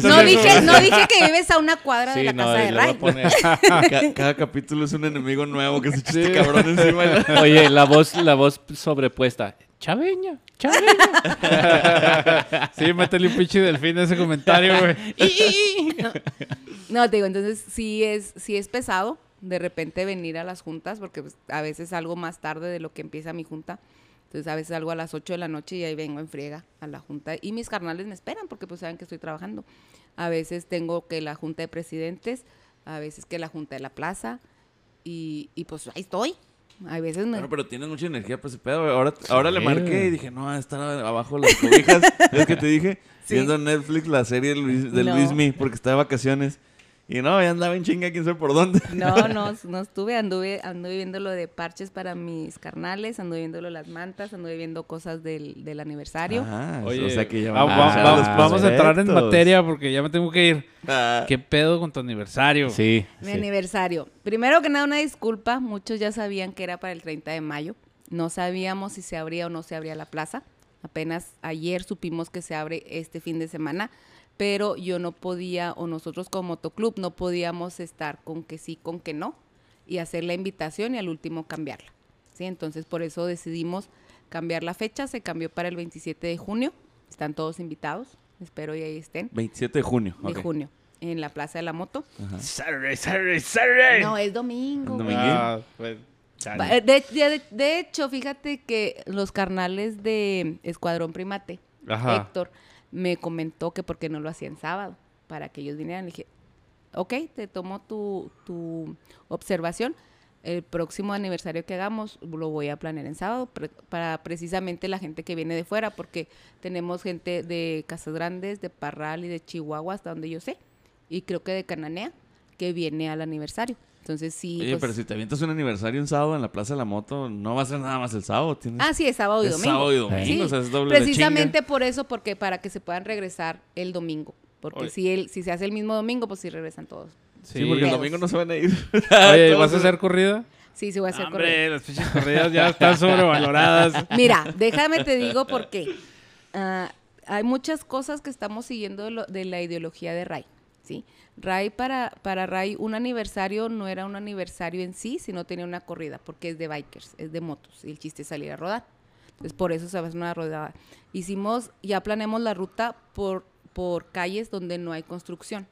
no no dije, no dije que vives a una cuadra de sí, la no, casa y de le voy a Ray. poner- Cada, capítulo es un enemigo nuevo que se echa este cabrón encima. Oye, la voz, la voz sobrepuesta. Chaveña, chaveña. Sí, métele un pinche delfín a ese comentario, güey. No. No, te digo, entonces sí es, sí es pesado de repente venir a las juntas, porque pues, a veces salgo más tarde de lo que empieza mi junta. Entonces a veces salgo a las 8 de la noche y ahí vengo en friega a la junta. Y mis carnales me esperan porque pues saben que estoy trabajando. A veces tengo que la junta de presidentes, a veces que la junta de la plaza. Y, y, pues ahí estoy. A veces me... Pero, pero tienes mucha energía para ese pedo. güey. Ahora, ahora le Sí. marqué y dije, no, está abajo de las cobijas. es que te dije, Sí. viendo en Netflix la serie de Luis, de No. Luismi, porque está de vacaciones. Y no, ya andaba en chinga, quién sabe por dónde. No, no, no estuve, anduve, anduve viendo lo de parches para mis carnales, anduve viendo lo de las mantas, anduve viendo cosas del, del aniversario. Ah, Oye, o sea que ya va- van va- empezar va- los vamos a entrar en proyectos. materia porque ya me tengo que ir. Ah. ¿Qué pedo con tu aniversario? Sí, Mi sí. aniversario. Primero que nada, una disculpa, muchos ya sabían que era para el 30 de mayo. No sabíamos si se abría o no se abría la plaza. Apenas ayer supimos que se abre este fin de semana, pero yo no podía, o nosotros como motoclub, no podíamos estar con que sí, con que no, y hacer la invitación y al último cambiarla. ¿sí? Entonces, por eso decidimos cambiar la fecha. Se cambió para el 27 de junio. Están todos invitados. Espero y ahí estén. 27 de junio. De ok. junio, en la Plaza de la Moto. Ajá. Saturday, Saturday, Saturday. No, es domingo. Domingo. güey. Ah, pues, chale. Pa- eh, De, de- de hecho, fíjate que los carnales de Escuadrón Primate, Ajá. Héctor, me comentó que por qué no lo hacían sábado, para que ellos vinieran. Le dije, ok, te tomo tu, tu observación. El próximo aniversario que hagamos lo voy a planear en sábado pre- para precisamente la gente que viene de fuera, porque tenemos gente de Casas Grandes, de Parral y de Chihuahua, hasta donde yo sé, y creo que de Cananea, que viene al aniversario. Entonces sí. Oye, pues- pero si te avientas un aniversario un sábado en la Plaza de la Moto, no va a ser nada más el sábado. Tienes... Ah, sí, es sábado y Es domingo. sábado y domingo, Sí, o sea, es doble de Precisamente por eso, porque para que se puedan regresar el domingo. Porque Oye. si, el, si se hace el mismo domingo, pues sí regresan todos. Sí. Sí, porque el Pero- domingo no se van a ir. Oye, Todos ¿vas a se- hacer corrida? Sí, se va a hacer correcto. Hombre, las pinches corridas ya están sobrevaloradas. Mira, déjame te digo por qué. Ah, hay muchas cosas que estamos siguiendo de, lo- de la ideología de Ray. ¿sí? Ray para, para Ray, un aniversario no era un aniversario en sí, sino tenía una corrida, porque es de bikers, es de motos, y el chiste es salir a rodar. Entonces, por eso se hace una rodada. Hicimos, ya planeamos la ruta por, por calles donde no hay construcción,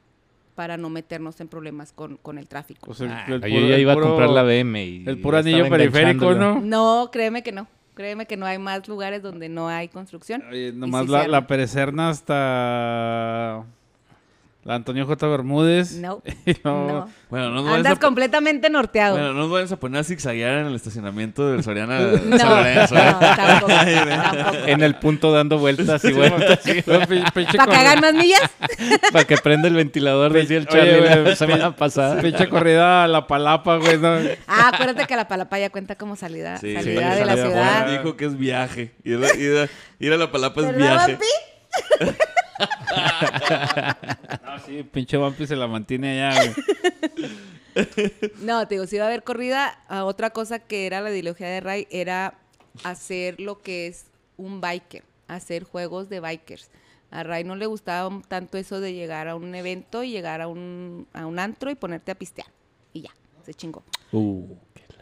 para no meternos en problemas con, con el tráfico. O sea, Ah, Pues, puro- yo ya iba puro- a comprar la BM y El puro ya anillo estaba periférico, enganchándolo. ¿no? No, créeme que no. Créeme que no hay más lugares donde no hay construcción. Oye, Y nomás sí la, se la arma. perecerna hasta la Antonio J. Bermúdez. No, Y luego- no. Bueno, no nos vayas Andas a- completamente norteado. Bueno, no nos vayas a poner a zigzaguear en el estacionamiento del Soriana de no, San Lorenzo, ¿eh? no, tampoco, tampoco. En el punto dando vueltas y bueno, Luego pin- pinche ¿Para que corrida- hagan más millas? para que prenda el ventilador, decía el Oye, Charlie güey, la semana pasada. Pinche corrida a la palapa, güey. ¿no? Ah, acuérdate que la palapa ya cuenta como salida, Sí, salida sí, de salida la de ciudad. fuera. dijo que es viaje. Ir a, ir a- ir a la palapa es ¿Verdad, viaje. papi? No, sí, pinche Vampi se la mantiene allá, güey. No, te digo, si iba a haber corrida, a otra cosa que era la ideología de Ray era hacer lo que es un biker, hacer juegos de bikers. A Ray no le gustaba un- tanto eso de llegar a un evento y llegar a un, a un antro y ponerte a pistear. Y ya, se chingó. Uh,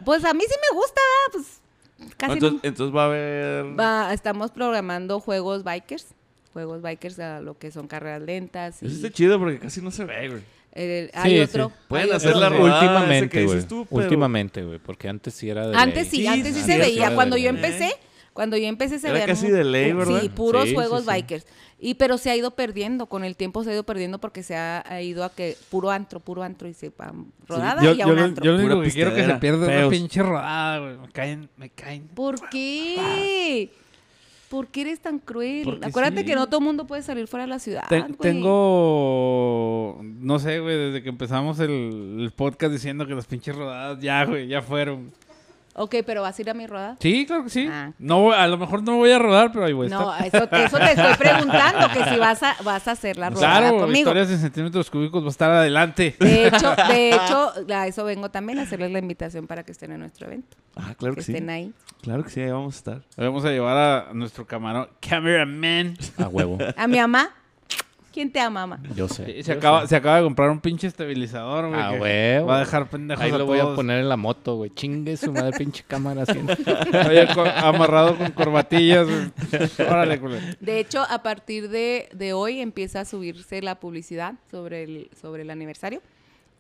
Pues a mí sí me gusta, ¿verdad? pues casi no- Entonces, entonces va a haber. Va- estamos programando juegos bikers, juegos bikers a lo que son carreras lentas. Y, Eso está chido porque casi no se ve, güey. eh, Sí, hay sí. otro. Pueden hay hacer otro. la rodada ese que últimamente, dices güey. tú, pero- Últimamente, güey, porque antes sí era de Antes ley. sí, Sí, antes sí sí, se sí, veía. sí, Cuando sí. yo empecé, Cuando yo empecé se Era veían casi mu- de ley, pu- ¿verdad? Sí, puros Sí, juegos sí, sí. bikers. Y pero se ha ido perdiendo, con el tiempo se ha ido perdiendo porque se ha, ha ido a que puro antro, puro antro y se pam, rodada Yo, y a yo un lo- antro. yo lo único Pura que quiero que se pistadera. pierda es una Feos. pinche rodada, güey. Me caen, me caen. ¿Por qué? ¿Por qué eres tan cruel? Porque Acuérdate sí. que no todo mundo puede salir fuera de la ciudad. Te- Ah, güey. tengo, no sé, güey, desde que empezamos el, el podcast diciendo que las pinches rodadas ya, güey, ya fueron. Ok, pero vas a ir a mi rodada. Sí, claro que sí. Ah. No, a lo mejor no voy a rodar, pero ahí voy a No, estar. eso, eso te estoy preguntando, que si vas a, vas a hacer la rodada Claro, conmigo. historias en centímetros cúbicos va a estar adelante. De hecho, de hecho, a eso vengo también a hacerles la invitación para que estén en nuestro evento. Ah, claro que que sí. estén ahí. Claro que sí, ahí vamos a estar. Vamos a llevar a nuestro camarón, cameraman. A huevo. A mi mamá. ¿Quién te ama, mamá? Yo sé. Sí, Se yo acaba, sé. se acaba de comprar un pinche estabilizador, güey. Ah, que huevo. Va a dejar pendejos Ahí a lo voy a todos. poner en la moto, güey. Chingue su madre, pinche cámara. haciendo- Oye, co- amarrado con corbatillas. güey. Órale, culero. De hecho, a partir de, de hoy empieza a subirse la publicidad sobre el, sobre el aniversario.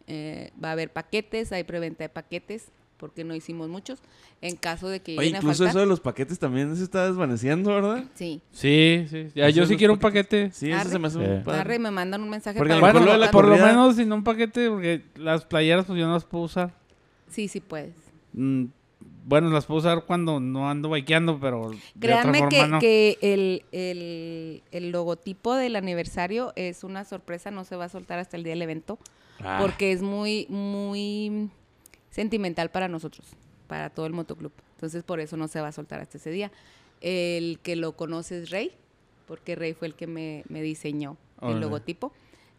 Eh, va a haber paquetes, hay preventa de paquetes, porque no hicimos muchos. En caso de que Oye, lleguen a incluso faltar. eso de los paquetes también se está desvaneciendo, ¿verdad? Sí. Sí, sí. Ya, yo Hacer sí los quiero un paquete. Sí, eso Arre. se me hace Sí. un padre. Arre, me mandan un mensaje Porque a lo Bueno, mejor lo de la por lo corrida- menos sin un paquete, porque las playeras pues yo no las puedo usar. Sí, sí puedes. Mm, bueno, las puedo usar cuando no ando bikeando, pero de otra Créanme forma que, no. que el, el- el logotipo del aniversario es una sorpresa, no se va a soltar hasta el día del evento, Ah. porque es muy, muy sentimental para nosotros, para todo el motoclub. Entonces, por eso no se va a soltar hasta ese día. El que lo conoce es Rey, porque Rey fue el que me, me diseñó Órale. el logotipo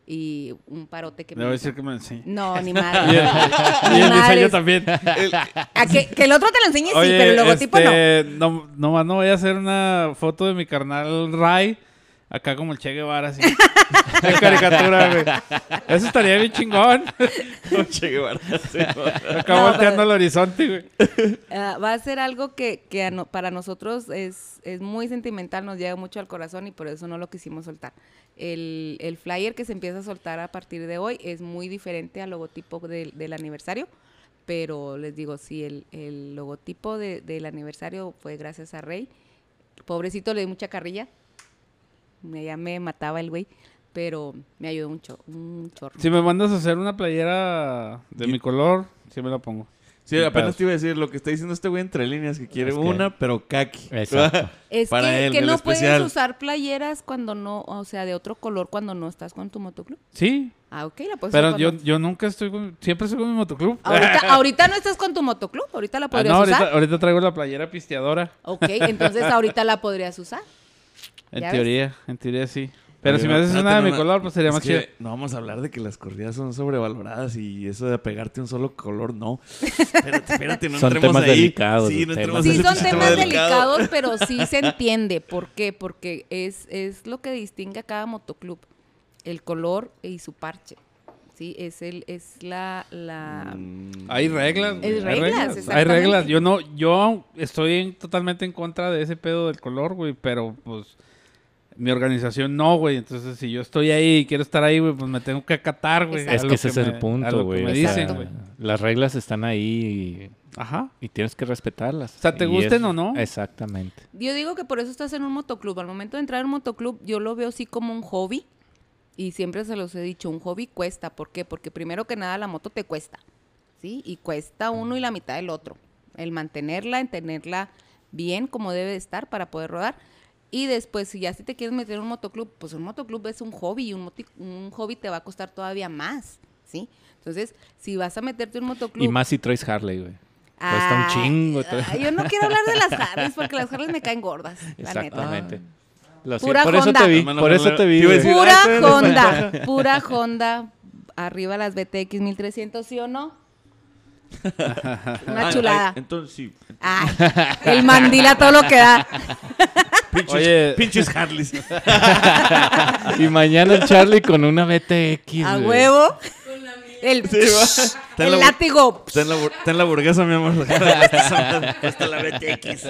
y un parote que Le voy a me decir hizo. que me lo enseñe. No, ni Y madre. el, Ni y el diseño madres. también. Ah, que, que el otro te lo enseñe, sí, Oye, pero el logotipo no. este, no. Nomás no voy a hacer una foto de mi carnal Ray. Acá como el Che Guevara, así. De caricatura, güey. Eso estaría bien chingón. Che Guevara, sí, güey. Acá No, volteando pero- al horizonte, güey. Ah, va a ser algo que, que a no- para nosotros es, es muy sentimental, nos llega mucho al corazón y por eso no lo quisimos soltar. El, el flyer que se empieza a soltar a partir de hoy es muy diferente al logotipo del, del aniversario, pero les digo, sí, el, el logotipo de- del aniversario fue gracias a Rey. Pobrecito, le di mucha carrilla. Me, ya me mataba el güey, pero me ayudó un, cho- un chorro. Si me mandas a hacer una playera de mi color, sí me la pongo. Sí, apenas te iba a decir lo que está diciendo este güey entre líneas, que quiere Es que- una, pero kaki. Exacto. Es Para que, él, que el no especial. puedes usar playeras cuando no, o sea, de otro color cuando no estás con tu motoclub. Sí, Ah, ok, la puedes pero usar yo, cuando- yo nunca estoy con... Siempre estoy con mi motoclub. Ahorita, ahorita no estás con tu motoclub, ahorita la Ah, podrías no, usar. ahorita, ahorita traigo la playera pisteadora. Ok, entonces ahorita la podrías usar. En ¿Ya ves? teoría, en teoría sí. Pero Oye, si me haces espérate, una de mi no, color, pues sería es más que chido. No vamos a hablar de que las corridas son sobrevaloradas y eso de apegarte a un solo color, no. Espérate, espérate, no Son entremos temas ahí. delicados, Sí, no entremos temas en Sí, ese son tema temas delicado. delicados, pero sí se entiende. ¿Por qué? Porque es, es lo que distingue a cada motoclub, el color y su parche. Sí, es el, es la, la Mm, Hay reglas. güey, reglas, Hay exactamente. reglas. Yo no, yo estoy en- totalmente en contra de ese pedo del color, güey, pero pues mi organización no, güey. Entonces, si yo estoy ahí y quiero estar ahí, güey, pues me tengo que acatar, güey. Exacto. a Es lo que ese es me- el a lo punto, que güey. Me O sea, dicen, güey. Las reglas están ahí Ajá. y, y tienes que respetarlas. O sea, te Y gusten o no. Exactamente. Yo digo que por eso estás en un motoclub. Al momento de entrar en un motoclub, yo lo veo así como un hobby. Y siempre se los he dicho, un hobby cuesta. ¿Por qué? Porque primero que nada la moto te cuesta. ¿Sí? Y cuesta uno y la mitad del otro. El mantenerla, en tenerla bien como debe de estar para poder rodar. Y después, si ya si te quieres meter en un motoclub, pues un motoclub es un hobby y un, moti- un hobby te va a costar todavía más. ¿Sí? Entonces, si vas a meterte en un motoclub... Y más si traes Harley, güey. Cuesta un Ay, chingo, todo. ay, yo no quiero hablar de las Harleys porque las Harleys me caen gordas. la neta. Exactamente. Ah. Pues Lo sé, Pura por eso Honda. te vi, Hermano, por eso hermano, te vi. te iba a güey. decir- Pura "Ay, estoy en Honda. Pura Honda. Arriba las BTX 1300, ¿sí o no? Ay, Una Ah, ay, chulada. Ah, entonces sí. Ay, el mandil a todo lo que da. Pinches, Oye. pinches Harleys. Y mañana el Charlie con una BTX. A güey. huevo. El, Ten el la- látigo. Está en la, bur- está en la burguesa, mi amor. Hasta la BTX.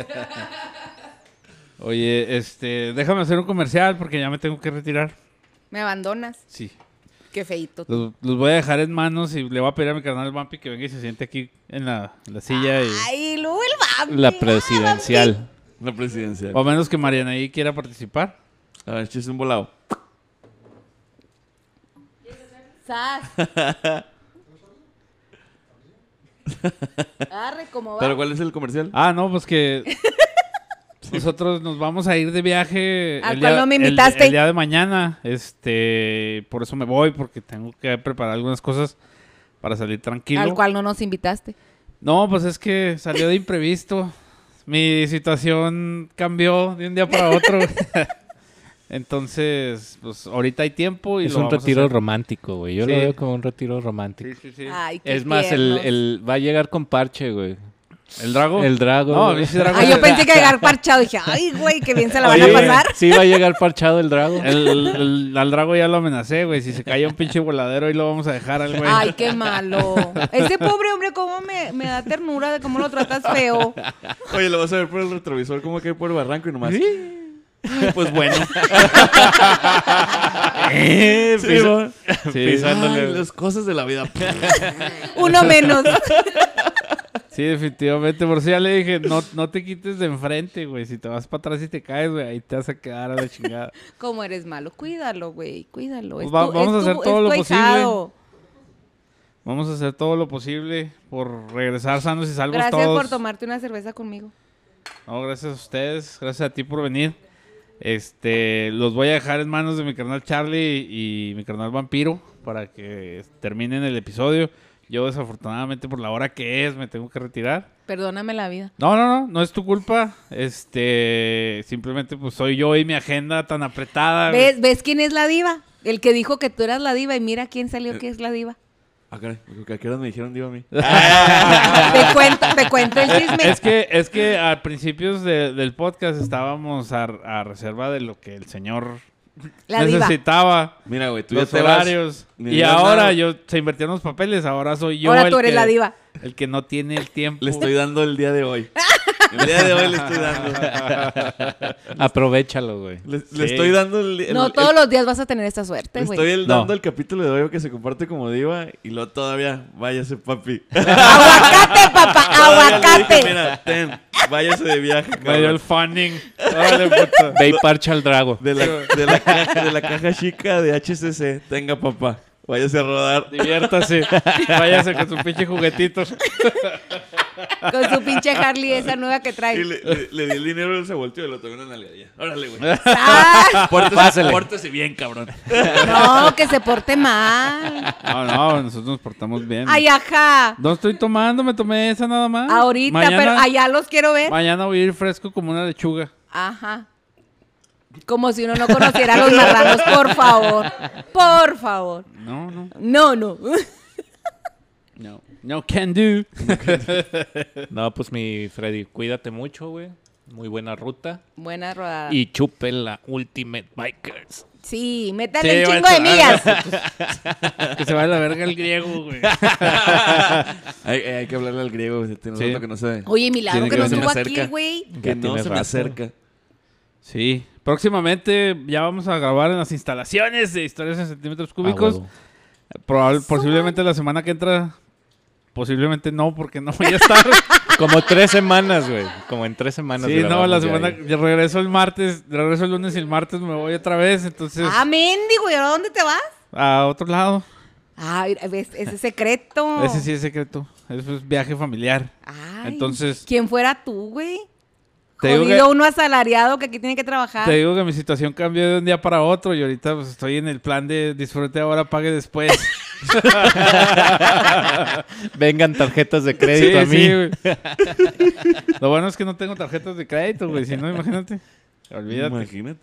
Oye, este, déjame hacer un comercial porque ya me tengo que retirar. Me abandonas. Sí. Qué feito. Los, los voy a dejar en manos y le voy a pedir a mi canal Bumpy que venga y se siente aquí en la, en la silla. y- Ay, luego el Bambi. La Ah, Bambi. presidencial. La presidencia. O a menos que Mariana ahí quiera participar. A ver, chiste un volado. ¡Sas! Arre, ¿cómo va? ¿Pero cuál es el comercial? Ah, no, pues que nosotros nos vamos a ir de viaje Al cual no me el- El, invitaste. día de mañana. Este, por eso me voy, porque tengo que preparar algunas cosas para salir tranquilo. Al cual no nos invitaste. No, pues es que salió de imprevisto. Mi situación cambió de un día para otro. Entonces, pues ahorita hay tiempo y Es lo un vamos a retiro hacer. romántico, güey. Yo lo Sí. veo como un retiro romántico. Sí, sí, sí. Ay, qué Es más, el, tiernos. el- va a llegar con parche, güey. ¿El drago? El drago. No, güey. ese drago Ay, Ah, yo se- pensé que llegar parchado. Dije, ay, güey, qué bien se la van Oye, a pasar. Sí, va a llegar parchado el drago. el- el- al drago ya lo amenacé, güey. Si se cae un pinche voladero y lo vamos a dejar al güey. Ay, qué malo. Ese pobre hombre, cómo me, me da ternura de cómo lo tratas feo. Oye, lo vas a ver por el retrovisor, como que por el barranco y nomás. Pues bueno. Eh, Sí, piso- ¿no? sí. Pisándole. Ay, las cosas de la vida. Uno menos. Sí, definitivamente. Por eso ya le dije, no, no te quites de enfrente, güey. Si te vas para atrás y te caes, güey, ahí te vas a quedar a la chingada. ¿Cómo eres malo? Cuídalo, güey, cuídalo. Es Pues va- tu- vamos es a hacer tu- todo es lo tu posible. ahijado. Vamos a hacer todo lo posible por regresar sanos y salvos Gracias todos. por tomarte una cerveza conmigo. No, gracias a ustedes, gracias a ti por venir. Este, los voy a dejar en manos de mi canal Charlie y mi canal Vampiro para que terminen el episodio. Yo desafortunadamente por la hora que es me tengo que retirar. Perdóname la vida. No, no, no, no es tu culpa. Este, simplemente pues soy yo y mi agenda tan apretada. güey. ¿Ves, ¿Ves quién es la diva? El que dijo que tú eras la diva y mira quién salió que es la diva. Ah, caray. ¿A qué hora me dijeron digo a mí? Te cuento, te cuento el chisme. Es que, es que a principios de- del podcast estábamos a, a reserva de lo que el señor La diva. necesitaba. Mira, güey, tú los ya te horarios. vas. Ni y digas ahora nada. yo se invirtieron los papeles, ahora soy yo. Ahora el tú eres que- la diva. El que no tiene el tiempo. Le estoy dando el día de hoy. El día de hoy le estoy dando. Aprovechalo, güey. Le, le Sí. estoy dando el. el- No el- todos los días vas a tener esta suerte, le güey. estoy el- No. dando el capítulo de hoy que se comparte como diva y luego todavía váyase papi. Aguacate, papá, Todavía le dije, aguacate. Mira, ten, váyase de viaje, Me dio el cabrón. fanning. Órale, puto. Ve y parcha al drago. De la, de, la caja, de la caja chica de HCC, tenga papá, váyase a rodar. Diviértase. Váyase con su pinche juguetito. Con su pinche Harley, esa nueva que Y trae. le, le- le di el dinero, se volteó y lo tomé una nalgadilla. Órale, güey. ¡Ah! Pórtese, pórtese bien, cabrón. No, que se porte mal. No, no, nosotros nos portamos bien. Ay, ajá. No estoy tomando, me tomé esa nada más. Ahorita, Mañana- pero allá los quiero ver. Mañana voy a ir fresco como una lechuga. Ajá. Como si uno no conociera a los marranos, por favor. Por favor. No, no. No, no. No. No can do. No, pues mi Freddy, cuídate mucho, güey. Muy buena ruta. Buena rodada. Y chupe la Ultimate Bikers. Sí, Sí, métale vaya un chingo de a la millas. verga. que se vaya a la verga el griego, güey. Hay, hay que hablarle al griego, güey, tiene Sí. rato que no se Oye, milagro Tiene que que no verse estuvo más aquí, cerca. güey. que Ya no tienes se me rato. acerca. Sí, próximamente ya vamos a grabar en las instalaciones de historias en Ah, centímetros A cúbicos. huevo. Probable- posiblemente la semana que entra, posiblemente no, porque no voy a estar. Como tres semanas, güey. Como en tres semanas. sí, no, grabamos la ya semana ahí. yo regreso el martes, regreso el lunes y el martes me voy otra vez, entonces Ah, mendigo, ¿y ahora dónde te vas? a otro lado. Ay, ves, ese secreto. Ese sí es secreto, eso es pues, viaje familiar. Ay, Entonces- ¿Quién fuera tú, güey? Te digo Jodido que- uno asalariado que aquí tiene que trabajar. Te digo que mi situación cambió de un día para otro y ahorita pues, estoy en el plan de disfrute ahora, pague después. Vengan tarjetas de Sí, crédito a mí. sí, güey. Lo bueno es que no tengo tarjetas de crédito, güey. Si no, imagínate. Olvídate. Imagínate.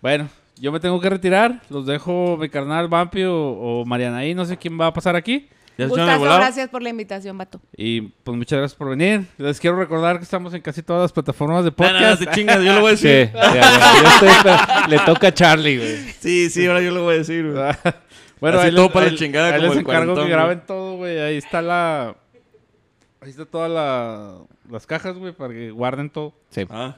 Bueno, yo me tengo que retirar. Los dejo mi carnal Vampi o, o Marianaí. No sé quién va a pasar aquí. Ya se me Gustazo, volaba. gracias por la invitación, vato. Y pues muchas gracias por venir. Les quiero recordar que estamos en casi todas las plataformas de No, no, no, podcast. se chingas, yo lo voy a Sí, decir. ya, güey. Yo estoy esper- le toca a Charlie, güey. Sí, sí, ahora yo lo voy a decir. güey. bueno, Así ahí todo les- para la ahí- chingada ahí como les el encargo que cuarentón, graben todo, güey. Ahí está la... Ahí está todas las cajas, güey, para que guarden todo. Sí. Ah.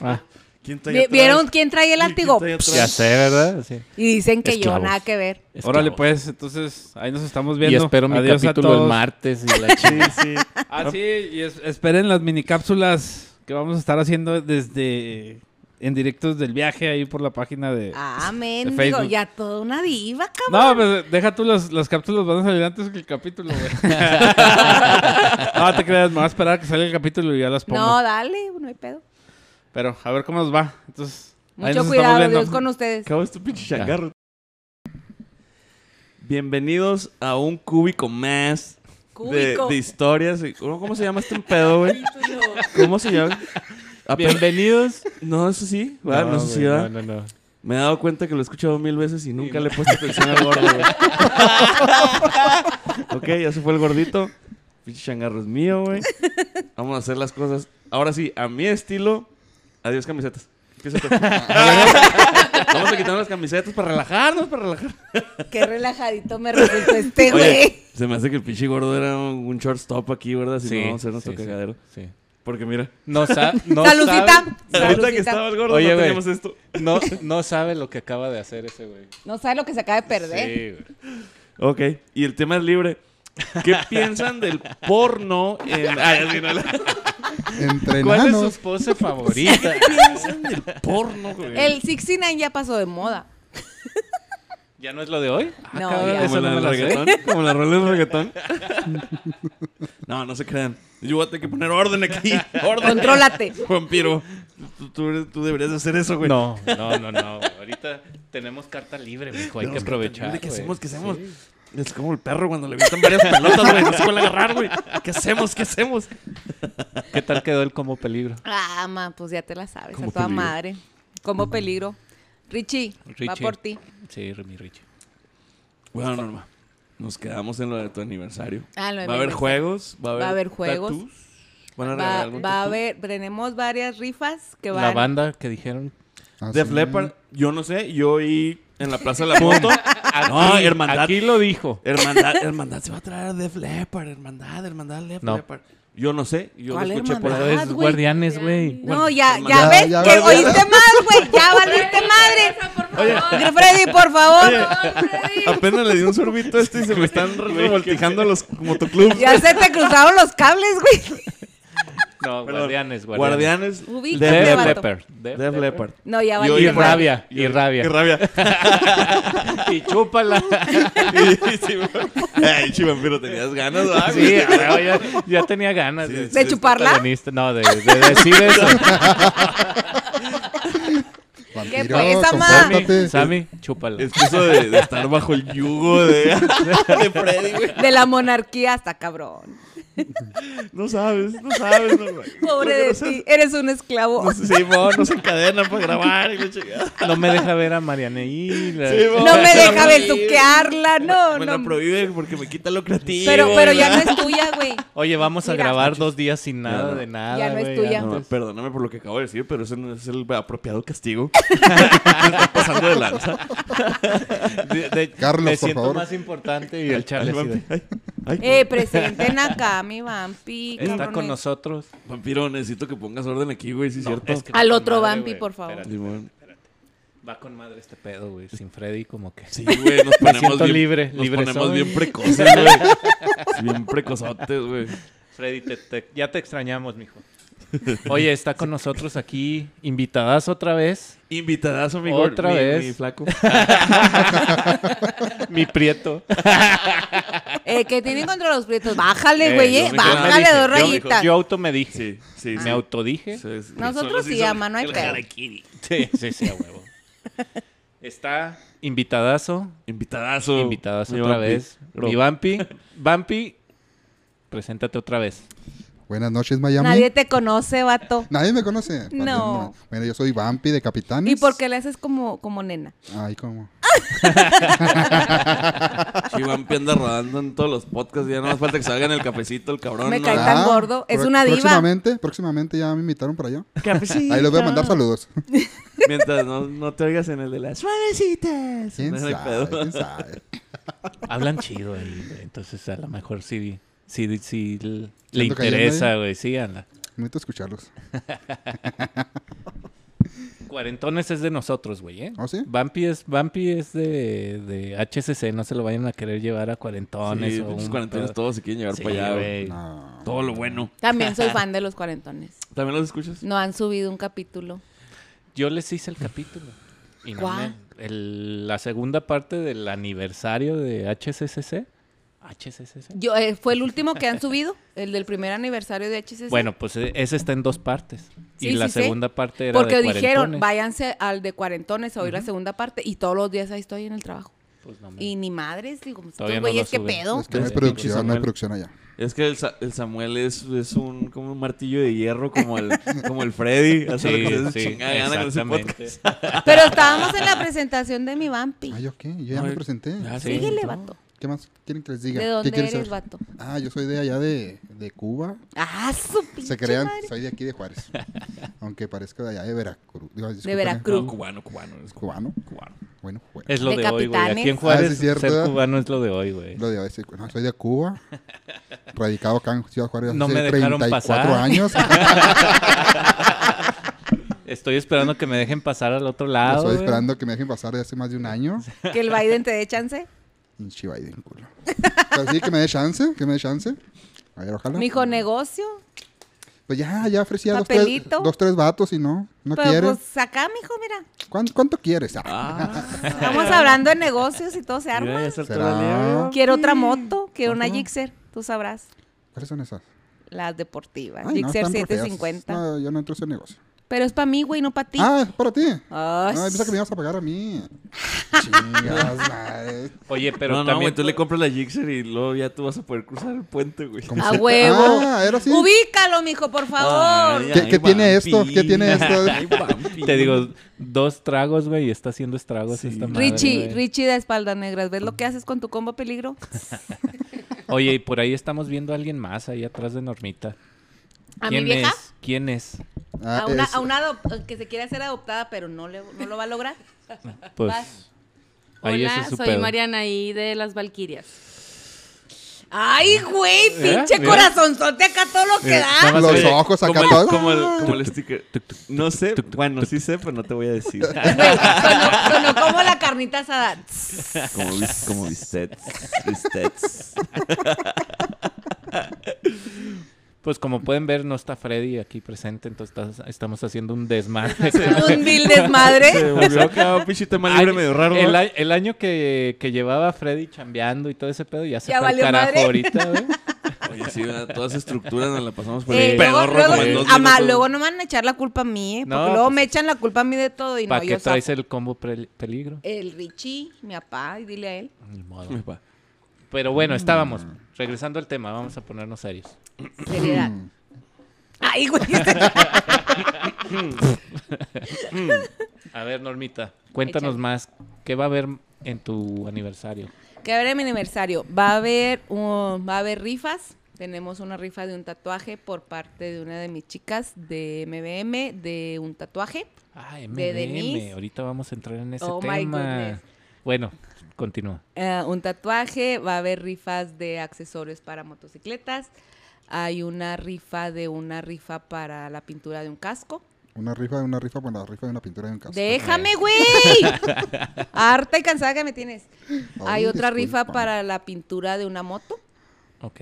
Ah, ¿Quién está ahí Vi- atrás? ¿Vieron quién trae el ¿Quién látigo? está ahí atrás? ya sé, ¿verdad? Sí. Y dicen que yo, Esclavos. nada que ver. Órale, Esclavo. pues. Entonces, ahí nos estamos Y viendo. espero mi Adiós a capítulo el todos. martes y la chingada. Sí, sí. Ah, sí, y es- esperen las minicápsulas que vamos a estar haciendo desde en directos del viaje ahí por la página de... Ah, Amén. de Digo, Facebook. ya toda una diva, cabrón. No, pues deja tú las, las cápsulas, van a salir antes que el capítulo, güey. no te creas, me voy a esperar a que salga el capítulo y ya las pongo. No, dale, no hay pedo. Pero a ver cómo nos va. Entonces, ahí Mucho nos estamos cuidado, viendo. Dios con ustedes. Acabo este pinche changarro. Bienvenidos a un cúbico más de, Cúbico. de historias. y- ¿Cómo, cómo se llama este pedo, güey? ¿Cómo se llama? Bienvenidos. No, eso sí. ¿verdad? No, eso sí, güey, ¿verdad? no, no, no. Me he dado cuenta que lo he escuchado mil veces y nunca le he puesto atención al gordo, güey. ok, ya se fue el gordito. Pinche changarro es mío, güey. Vamos a hacer las cosas. Ahora sí, a mi estilo. Adiós, camisetas. Empieza tú. Vamos a quitar las camisetas para Ah, relajarnos, para relajar. Qué relajadito me resultó este, Oye, güey. se me hace que el pinche gordo era un un shortstop aquí, ¿verdad? Si no, vamos a hacer nuestro sí, sí, cagadero. Sí. Porque mira, No, sa- no Saludita. sabe- ahorita que Saludita. estaba el gordo Oye, no güey. teníamos esto. No, no sabe lo que acaba de hacer ese güey. No sabe lo que se acaba de perder. Sí, güey. Ok, y el tema es libre. ¿Qué piensan del porno en... Ay, así no, la- Entre ¿Cuál es enanos. su pose favorita? piensan del porno, güey? El 69 ya pasó de moda. ¿Ya no es lo de hoy? Ah, No, cabrón, ya. eso Como no la me del la sé. reggaetón. Como la rola del reggaetón. No, no se crean. Yo voy a tener que poner orden aquí. Orden. Contrólate. Juan Piro, tú, tú- tú deberías de hacer eso, güey. No, no, no, no. güey. Ahorita tenemos carta libre, mijo. Hay que Tenemos aprovechar. libre, ¿Qué güey. hacemos? ¿Qué hacemos? Es como el perro cuando le gustan varias pelotas, güey. No se puede agarrar, güey. ¿Qué hacemos? ¿Qué hacemos? ¿Qué tal quedó el como peligro? Ah, ma, pues ya te la sabes. Como a toda peligro. madre. Como peligro. Richie, va Mm. Richie. por ti. Sí, mi Richie. Bueno, Norma, nos quedamos en lo de tu aniversario. Ah, lo de va a mi haber aniversario. juegos, va a haber, Va a haber juegos. tatús, Van a regalar Va, algún va a tatú. haber, tenemos varias rifas que van. La banda que dijeron. ¿Ah, Así. Def Leppard, yo no sé, yo oí en la Plaza de la Moto. no, hermandad. Aquí lo dijo. Hermandad, hermandad, se va a traer a Def Leppard, hermandad, hermandad, Def No. Leppard. Yo no sé, yo lo ¿Cuál escuché por hermandad, ahí. es güey? guardianes, güey. No, ya, ya, Ya, ves, ya que ves, ya oíste más, güey, ya valiste madre. Oye, Freddy, por favor. Apenas le di un sorbito a este y se me están revoltijando los motoclubs. Ya se te cruzaron los cables, güey. No, Perdón. guardianes, guardianes. Guardianes, Ubícate, Def vato. Leppard. Leppard. Def Def Leppard. No, ya Yo Y valiste oí- madre. rabia, y rabia. Y rabia. Y chúpala. Y- y sí, güey. Ay, chivampiro, tenías ganas, ¿verdad? Sí, güey? a huevo, ya, ya tenía ganas. Sí, de- sí, ¿De chuparla? protagonista. No, de, de decir eso. Vampiro, pesa, ma? Sammy, compórtate. Sammy, chúpala. Es que eso de, de estar bajo el yugo de, de Freddy, güey. De la monarquía hasta cabrón. No sabes, no sabes, no, güey. Pobre No de sé- ti, eres un esclavo. No sé, sí, mo, no se encadenan para grabar y la chingada. No me deja ver a Marianeí. la- Sí, mo. No me deja Sí. besuquearla, no, Me la no. prohíbe porque me quita lo creativo. Pero, pero ya no ¿verdad? es tuya, güey. Oye, vamos a Mira. grabar dos días sin nada no. de nada. Ya no es güey, tuya. No, antes. perdóname por lo que acabo de decir, pero ese no es el apropiado castigo. Me está pasando de lanza. De- de- Carlos, me por siento favor. más importante y el Charlie. Ay, así de, vampi- ay, ay, Eh, presenten acá, mi vampi. Está con cabrones. nosotros. Vampiro, necesito que pongas orden aquí, güey, si es cierto. Es que Al va con otro madre, vampi, güey. por favor. Espérate, Simón. Va con madre este pedo, güey. Sin Freddy, como que. Sí, güey, nos ponemos siento bien, libre, nos libre ponemos soy. bien precoces, güey. Bien precozotes, güey. Freddy, te- te- ya te extrañamos, mijo. Oye, está con nosotros aquí, invitadas otra vez. Invitadas, mi gor- Otra mi- vez. mi flaco. Mi prieto. Eh, que tienen contra los prietos. Bájale, Eh, güey, yo eh. me quedo- yo Bájale me dos quedo- rayitas. Yo auto me dije. Sí, sí, sí. Me autodije. Sí, Sí, sí. Ah. Nosotros Solo se sí, hizo ama, no hay el pedo. harakiri. sí, sí, a huevo. Está invitadazo, Invitadazo. invitadazo Oh, mi otra vampi. vez. Bro. Mi Vampi. Vampi, preséntate otra vez. Buenas noches, Miami. Nadie te conoce, vato. Nadie me conoce. Perdón, No. ma. Bueno, yo soy Vampi de Capitanes. ¿Y por qué le haces como, como nena? Ay, cómo. Sí, Vampi anda rodando en todos los podcasts. Ya no más falta que salga en el cafecito el cabrón. Me ¿no? cae tan gordo. Es Ah, pro- una diva. Próximamente, próximamente ya me invitaron para allá. Ahí les voy a mandar saludos. Mientras no, no te oigas en el de las suavecitas. ¿Quién No hay sabe? pedo. ¿Quién sabe? Hablan chido ahí, güey. entonces a lo mejor sí, sí, sí l- le Siento que ahí en interesa, medio. güey. Sí, anda. Necesito escucharlos. Cuarentones es de nosotros, güey, ¿eh? ¿Oh, sí? Vampi es, Vampi es de, de HCC, no se lo vayan a querer llevar a cuarentones. Sí, o pinches un cuarentenas pedo. todos se quieren llevar Sí, para allá, güey. güey. No. Todo lo bueno. También soy fan de los cuarentones. ¿También los escuchas? No han subido un capítulo. Yo les hice el capítulo. Y no ¿Cuál? me- el- la segunda parte del aniversario de HCCC. HCCC. Yo, eh, ¿Fue el último que han subido? El del primer aniversario de HCC. Bueno, pues eh, ese está en dos partes. y Sí, la sí, sí. segunda parte era Porque de dijeron, cuarentones. váyanse al de cuarentones a oír la segunda parte y todos los días ahí estoy en el trabajo. Pues no me- Y ni madres, digo, pues, estos Todavía no güeyes, lo ¿qué suben. pedo? Es que no hay Entonces, pinche producción, no hay Samuel. producción allá. Es que el, Sa- el Samuel es, es un, como un martillo de hierro, como el, como el Freddy. Hace lo que se dé su Sí, sí, chingada gana con ese exactamente. podcast. Pero estábamos en la presentación de mi vampi. Ah, ¿yo qué? Yo ya Ay, me presenté. ya sé. Síguele, No. vato. ¿Qué más quieren que les diga? ¿De ¿Qué dónde quieren eres, saber? vato? Ah, yo soy de allá de, de Cuba. Ah, su pinche Se crean, madre. soy de aquí de Juárez. Aunque parezca de allá de Veracruz. Digo, discúlpame, Veracruz. No, cubano, cubano. Es cu- Cubano. cubano. Bueno, bueno. Es lo De de, hoy, güey. Aquí en capitanes. Ah, sí, Juárez es cierto, ser ¿verdad? cubano es lo de hoy, güey. Lo de a veces, bueno, soy de Cuba, radicado acá en Ciudad Juárez No hace me dejaron 34 pasar. años. Estoy esperando que me dejen pasar al otro Lo lado. estoy güey. esperando que me dejen pasar de hace más de un año. Que el Biden te dé chance. Pinche Biden, culo. Pero sí, que me dé chance, que me dé chance. A ver, ojalá. Mijo, negocio. Pues ya, ya ofrecía dos tres, Papelito. dos, tres vatos y no, no pero quiere. pues acá, mijo, mira. ¿Cuán- ¿Cuánto quieres? Ah, Estamos hablando de negocios y todo se Mira, arma. ya se ¿Será? alzó la liebre. Quiero otra moto que una ¿Cuánto? Gixxer. Tú sabrás. ¿Cuáles son esas? Las deportivas. Ay, no, Gixxer están re feas. 750. No, yo no entro a ese negocio. Pero es para mí, güey, no para ti. Ah, es para ti. Ay, No, piensa que me ibas a pagar a mí. Chingas, madre. Oye, pero Pero no, también güey, tú le compras la Gixxer y luego ya tú vas a poder cruzar el puente, güey. ¿Cómo A se- huevo. Ah, era así. Ubícalo, mijo, por favor. ¿Qué- qué tiene esto? ¿Qué tiene esto? te digo, dos tragos, güey, y está haciendo estragos Sí. esta madre, Richie, güey. Richie de espaldas negras. ¿Ves lo que haces con tu combo peligro? Oye, y por ahí estamos viendo a alguien más ahí atrás de Normita. ¿A mi vieja? es? ¿Quién es? Ah, a una, es- a una adop- que se quiere hacer adoptada, pero no, le, no lo va a lograr. Pues Vas. ahí ese Hola, es su soy pedo. Mariana y de las Valquirias. ¡Ay, güey! Mira, ¡Pinche ¿Eh? mira. corazonzote acá todo lo que da! Los ojos acá como el, todos. como, el, como el sticker. No sé, bueno, sí sé, pero no te voy a decir. Güey, sonó, sonó como la carnita asada. como bis- como bistets. Bistets. Pues como pueden ver, no está Freddy aquí presente, entonces estás- estamos haciendo un desmadre. Un vil desmadre. Se volvió acá un pinche tema libre Ay, medio raro. El, ¿no? a- el año que, que llevaba Freddy chambeando y todo ese pedo, ya se Ya fue al valió carajo madre. ahorita, güey. Oye, sí, ¿verdad? todas las estructuras nos la pasamos por Eh, el luego, pedorro como luego, en dos ama, minutos. luego no me van a echar la culpa a mí, ¿eh? No, Porque luego pues- me echan la culpa a mí de todo y no, ¿Para qué yo traes zafo. el combo pre- peligro? El Richie, mi papá, y dile a él. Ni modo. Mi pa. Pero bueno, estábamos. Regresando al tema, vamos a ponernos serios. Seriedad. Ay, güey. este, A ver, Normita, cuéntanos Échale. más. ¿Qué va a haber en tu aniversario? Que ahora en mi aniversario va a haber un- va a haber rifas. Tenemos una rifa de un tatuaje por parte de una de mis chicas de MBM de un tatuaje. Ah, De MDM. Denise. Ahorita vamos a entrar en ese Oh, my tema. goodness. Bueno, continúa. Eh, un tatuaje, va a haber rifas de accesorios para motocicletas. Hay una rifa de una rifa para la pintura de un casco. Una rifa de una rifa, bueno, la rifa de una pintura de un caso. Déjame, Pues, güey. Harta y cansada que me tienes. Hay Ay, otra rifa discúlpame. para la pintura de una moto. Ok.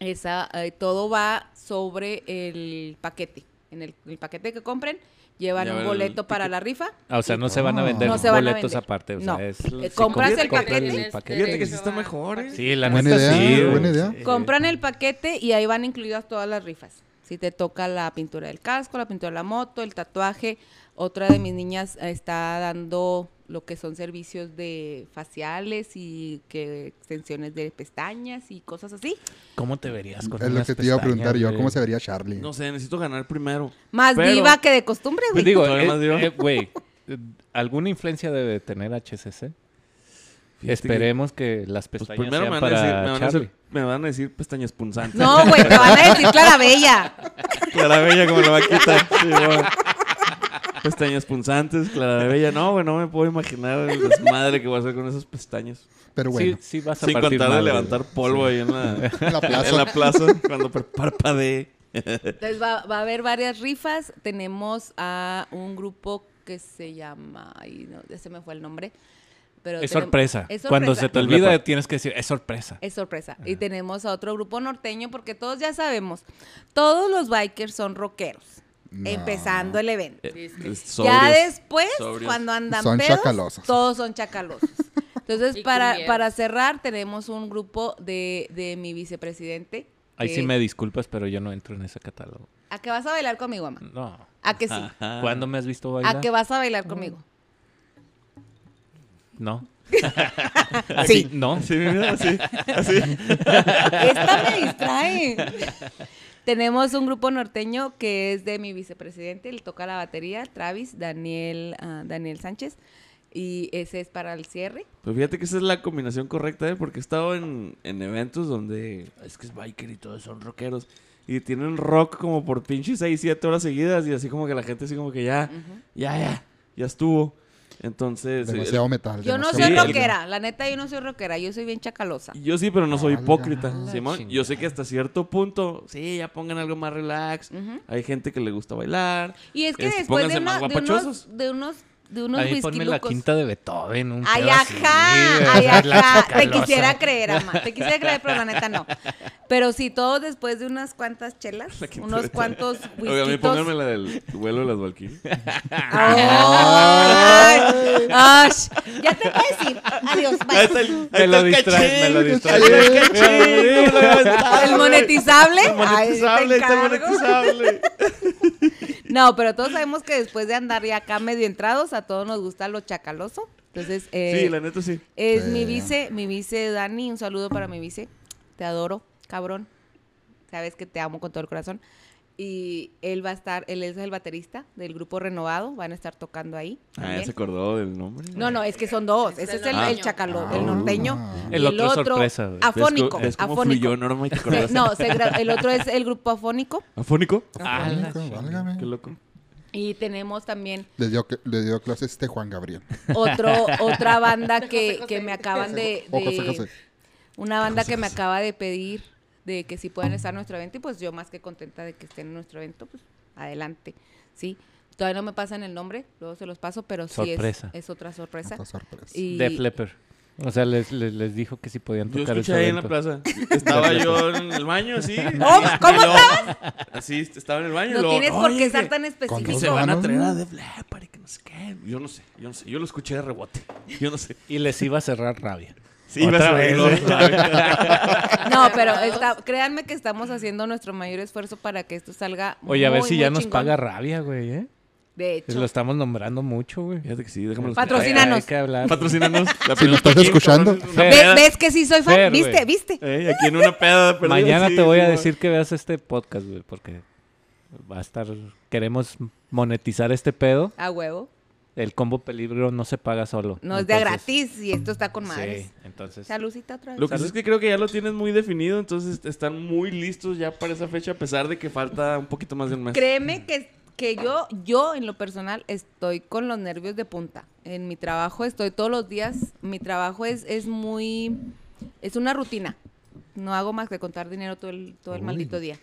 Esa, eh, todo va sobre el paquete. En el, el paquete que compren, llevan Llevan un el boleto ticket. para la rifa. Ah, o sea, no se van a vender No se van a boletos vender. aparte. O No. sea, es, Eh, si compras el compras paquete. Fíjate que sí está mejor, ¿eh? Sí, la Buena neta idea, sí. güey. buena idea. Sí. Compran el paquete y ahí van incluidas todas las rifas. Si te toca la pintura del casco, la pintura de la moto, el tatuaje. Otra de mis niñas eh, está dando lo que son servicios de faciales y que extensiones de pestañas y cosas así. ¿Cómo te verías con Es lo unas que te iba a pestañas, preguntar yo, güey? ¿cómo se vería Charlie? No sé, necesito ganar primero. Más Pero- viva que de costumbre, Pues güey. digo, Todavía eh, más digo. eh, güey, eh, ¿alguna influencia debe de tener HCC? Esperemos que, las Pues pestañas primero me sean van, a para decir, me, van a Charlie. hacer- me van a decir pestañas punzantes. No, güey, te van a decir Clara Bella. Clara Bella como la vaquita. Sí, bueno. Pestañas punzantes, Clara Bella. No, güey, no me puedo imaginar el desmadre que voy a hacer con esas pestañas. Pero Sí, bueno, sí vas a Sin partir contar de madre, levantar güey. polvo ahí en la, la plaza. en la plaza cuando par- parpadee. Entonces va, va a haber varias rifas. Tenemos a un grupo que se llama. Ay, no, ya se me fue el nombre. Pero Es tenem- sorpresa. Es Cuando sorpresa. se te olvida, tienes que decir, es sorpresa. Es sorpresa. Y tenemos a otro grupo norteño porque todos ya sabemos, todos los bikers son rockeros. Empezando el evento. Eh, eh, ya sobrios. después, sobrios. cuando andan Son pedos, chacalosos. todos son chacalosos. Entonces, Y para, cumbieros. para cerrar, tenemos un grupo de, de mi vicepresidente. Ahí sí que- me disculpas, pero yo no entro en ese catálogo. ¿A que vas a bailar conmigo, mamá? No. ¿A que sí? Ajá. ¿Cuándo me has visto bailar? ¿A que vas a bailar conmigo? No. Sí. No. Sí, mira, así. Esta me distrae. Tenemos un grupo norteño que es de mi vicepresidente, él toca la batería, Travis, Daniel, ah, Daniel Sánchez, y ese es para el cierre. Pero fíjate que esa es la combinación correcta, ¿eh? Porque he estado en, en eventos donde es que es biker y todos son rockeros. Y tienen rock como por pinches 6, 7 horas seguidas. Y así como que la gente así como que ya, ya, ya, ya estuvo. Entonces... eh, Demasiado metal. Yo no demasiado soy Sí, metal. el- rockera, la neta yo no soy rockera, yo soy bien chacalosa. Yo sí, pero no soy Valga hipócrita, la Simón. Yo sé que hasta cierto punto, sí, ya pongan algo más relax. Ujú. Hay gente que le gusta bailar. Y es que Es- después de, pónganse más una- de unos, guapachosos. de unos, de unos Ahí ponme la whiskylucos- quinta de Beethoven. Un Ay, pedo así, güey, ajá, ay, la ajá. Te chacalosa. quisiera creer, ama. Te quisiera creer, pero la neta no. Pero sí, todos después de unas cuantas chelas, La quinta unos de- cuantos Oiga, a mí pónganme whiskitos. la del vuelo de las Valkyries. Ay, ash. Ya te puedes ir. Adiós, Ahí bye. está el- ahí Me lo está el distrae, me cachín, lo ahí está distrae. el cachín, me lo aventaron, El monetizable. güey. El monetizable, Ay, te está encargo. monetizable. No, pero todos sabemos que después de andar ya acá medio entrados, a todos nos gusta lo chacaloso. Entonces, eh, Sí, la neta sí. Es Sí. mi vice, mi vice Dani, un saludo para mi vice. Te adoro, cabrón. Sabes que te amo con todo el corazón. Y él va a estar, él es el baterista del grupo Renovado, van a estar tocando ahí. Ah, también. ya se acordó del nombre. No, no, es que son dos. Es Ese el es el, el norteño. chacalo, Ah. el norteño. y El otro es sorpresa, güey. ¿Ves co- afónico. ¿Ves cómo afónico. fluyó Norma y te Se- acordaste? no, se gra- el otro es el grupo afónico. ¿Afónico? Ah, la Válgame, chingada. válgame. Qué loco. Y tenemos también Le dio, le dio clases este Juan Gabriel. otro, otra banda José que, José. que me acaban de, O José de- José. Una banda que me acaba de pedir de que si puedan estar en nuestro evento y pues yo más que contenta de que estén en nuestro evento, pues adelante, ¿sí? Todavía no me pasan el nombre, luego se los paso, pero sí es- Sorpresa. Es, otra sorpresa. Otra sorpresa. Y Def Leppard. O sea, les, les, les dijo que si podían Yo tocar el escuché ahí en la plaza. Estaba yo en el baño, así. ¿Cómo? Oh, ¿Cómo estabas? Así, estaba en el baño. y no luego, tienes por "Oye, qué ser tan con que específico. dos se van a vanos, traer ¿no? a Def Leppard y que no sé qué. Yo no sé, yo no sé. Yo lo escuché de rebote. Yo no sé. Y les iba a cerrar rabia. Sí, iba a Otra saber, vez, ¿no? ¿eh? No, pero está- créanme que estamos haciendo nuestro mayor esfuerzo para que esto salga Oye, a ver muy, si ya muy nos chingón. paga rabia, güey, ¿eh? De Lo hecho, estamos nombrando mucho, güey. Fíjate que sí, déjame los Patrocínanos. Hay que hablar. Patrocínanos. La Si nos pelota estás aquí, escuchando. cabrón, Fer. una ¿Ve- peda. ¿ves que sí soy fan? Fer, ¿Viste? güey. Eh, ¿Viste? Ey, aquí en una peda. perdida, Mañana sí, te voy a sí, decir que veas este podcast, güey, porque va a estar... Queremos monetizar este pedo. A huevo. El combo peligro no se paga solo. No es de a Entonces- gratis y esto está con madres. Sí, entonces... Salucita otra vez. Lo que sí es que creo que ya lo tienes muy definido, entonces están muy listos ya para esa fecha, a pesar de que falta un poquito más de un mes. Créeme que, que yo, yo en lo personal estoy con los nervios de punta. En mi trabajo estoy todos los días, mi trabajo es, es muy, es una rutina. No hago más que contar dinero todo el, todo el Uy. maldito día.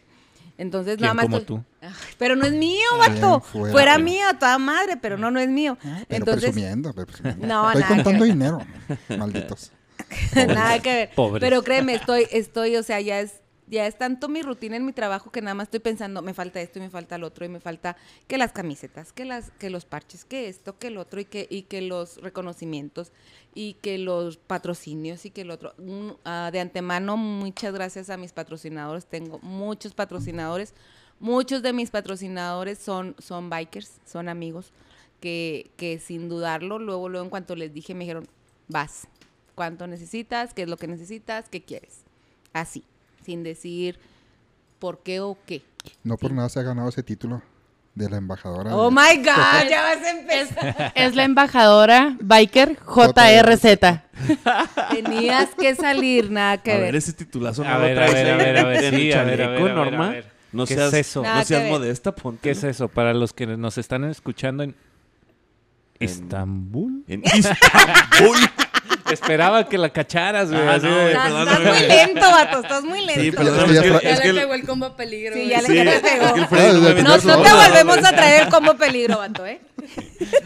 Entonces ¿Quién nada más. como estoy- tú? Ay, pero no es mío, Bien, vato. fuera. Fuera, mío, a toda madre, pero no, no es mío. Pero Entonces, presumiendo, pero presumiendo. No, Estoy nada que contando ver. dinero, malditos. nada que ver. Pobres. Pero créeme, estoy, estoy, o sea, ya es, ya es tanto mi rutina en mi trabajo que nada más estoy pensando, me falta esto y me falta el otro, y me falta que las camisetas, que las, que los parches, que esto, que el otro, y que, y que los reconocimientos, y que los patrocinios, y que el otro. Mm, ah, de antemano, muchas gracias a mis patrocinadores. Tengo muchos patrocinadores. Muchos de mis patrocinadores son, son bikers, son amigos, que, que sin dudarlo, luego, luego en cuanto les dije, me dijeron, vas, cuánto necesitas, qué es lo que necesitas, qué quieres. Así, sin decir por qué o qué. No por nada se ha ganado ese título de la Ah, embajadora. Oh de- my God, ya vas a empezar. Es la embajadora biker JRZ. Tenías que salir, nada que a ver. ver, ese titulazo no A lo ver, a traes ver, ahí a ver, a ver, en sí, el a ver, a chaleco, ver, a ver, Norma. a ver. No ¿Qué seas, es eso? Nada no que seas ver. modesta, ponte. ¿Qué es eso? Para los que nos están escuchando en Estambul. En Istanbul. Esperaba que la cacharas, güey. Ah, así no, de- güey, Estás, perdón, estás güey. muy lento, vato, estás muy lento. Sí, Ya- perdón, ya es que- fra- es que el- el combo peligro. Sí, ya güey. le sí, ya le es pegó. que el Freddy no me aventó No, su no te bola, volvemos güey. a traer como peligro, vato, ¿eh?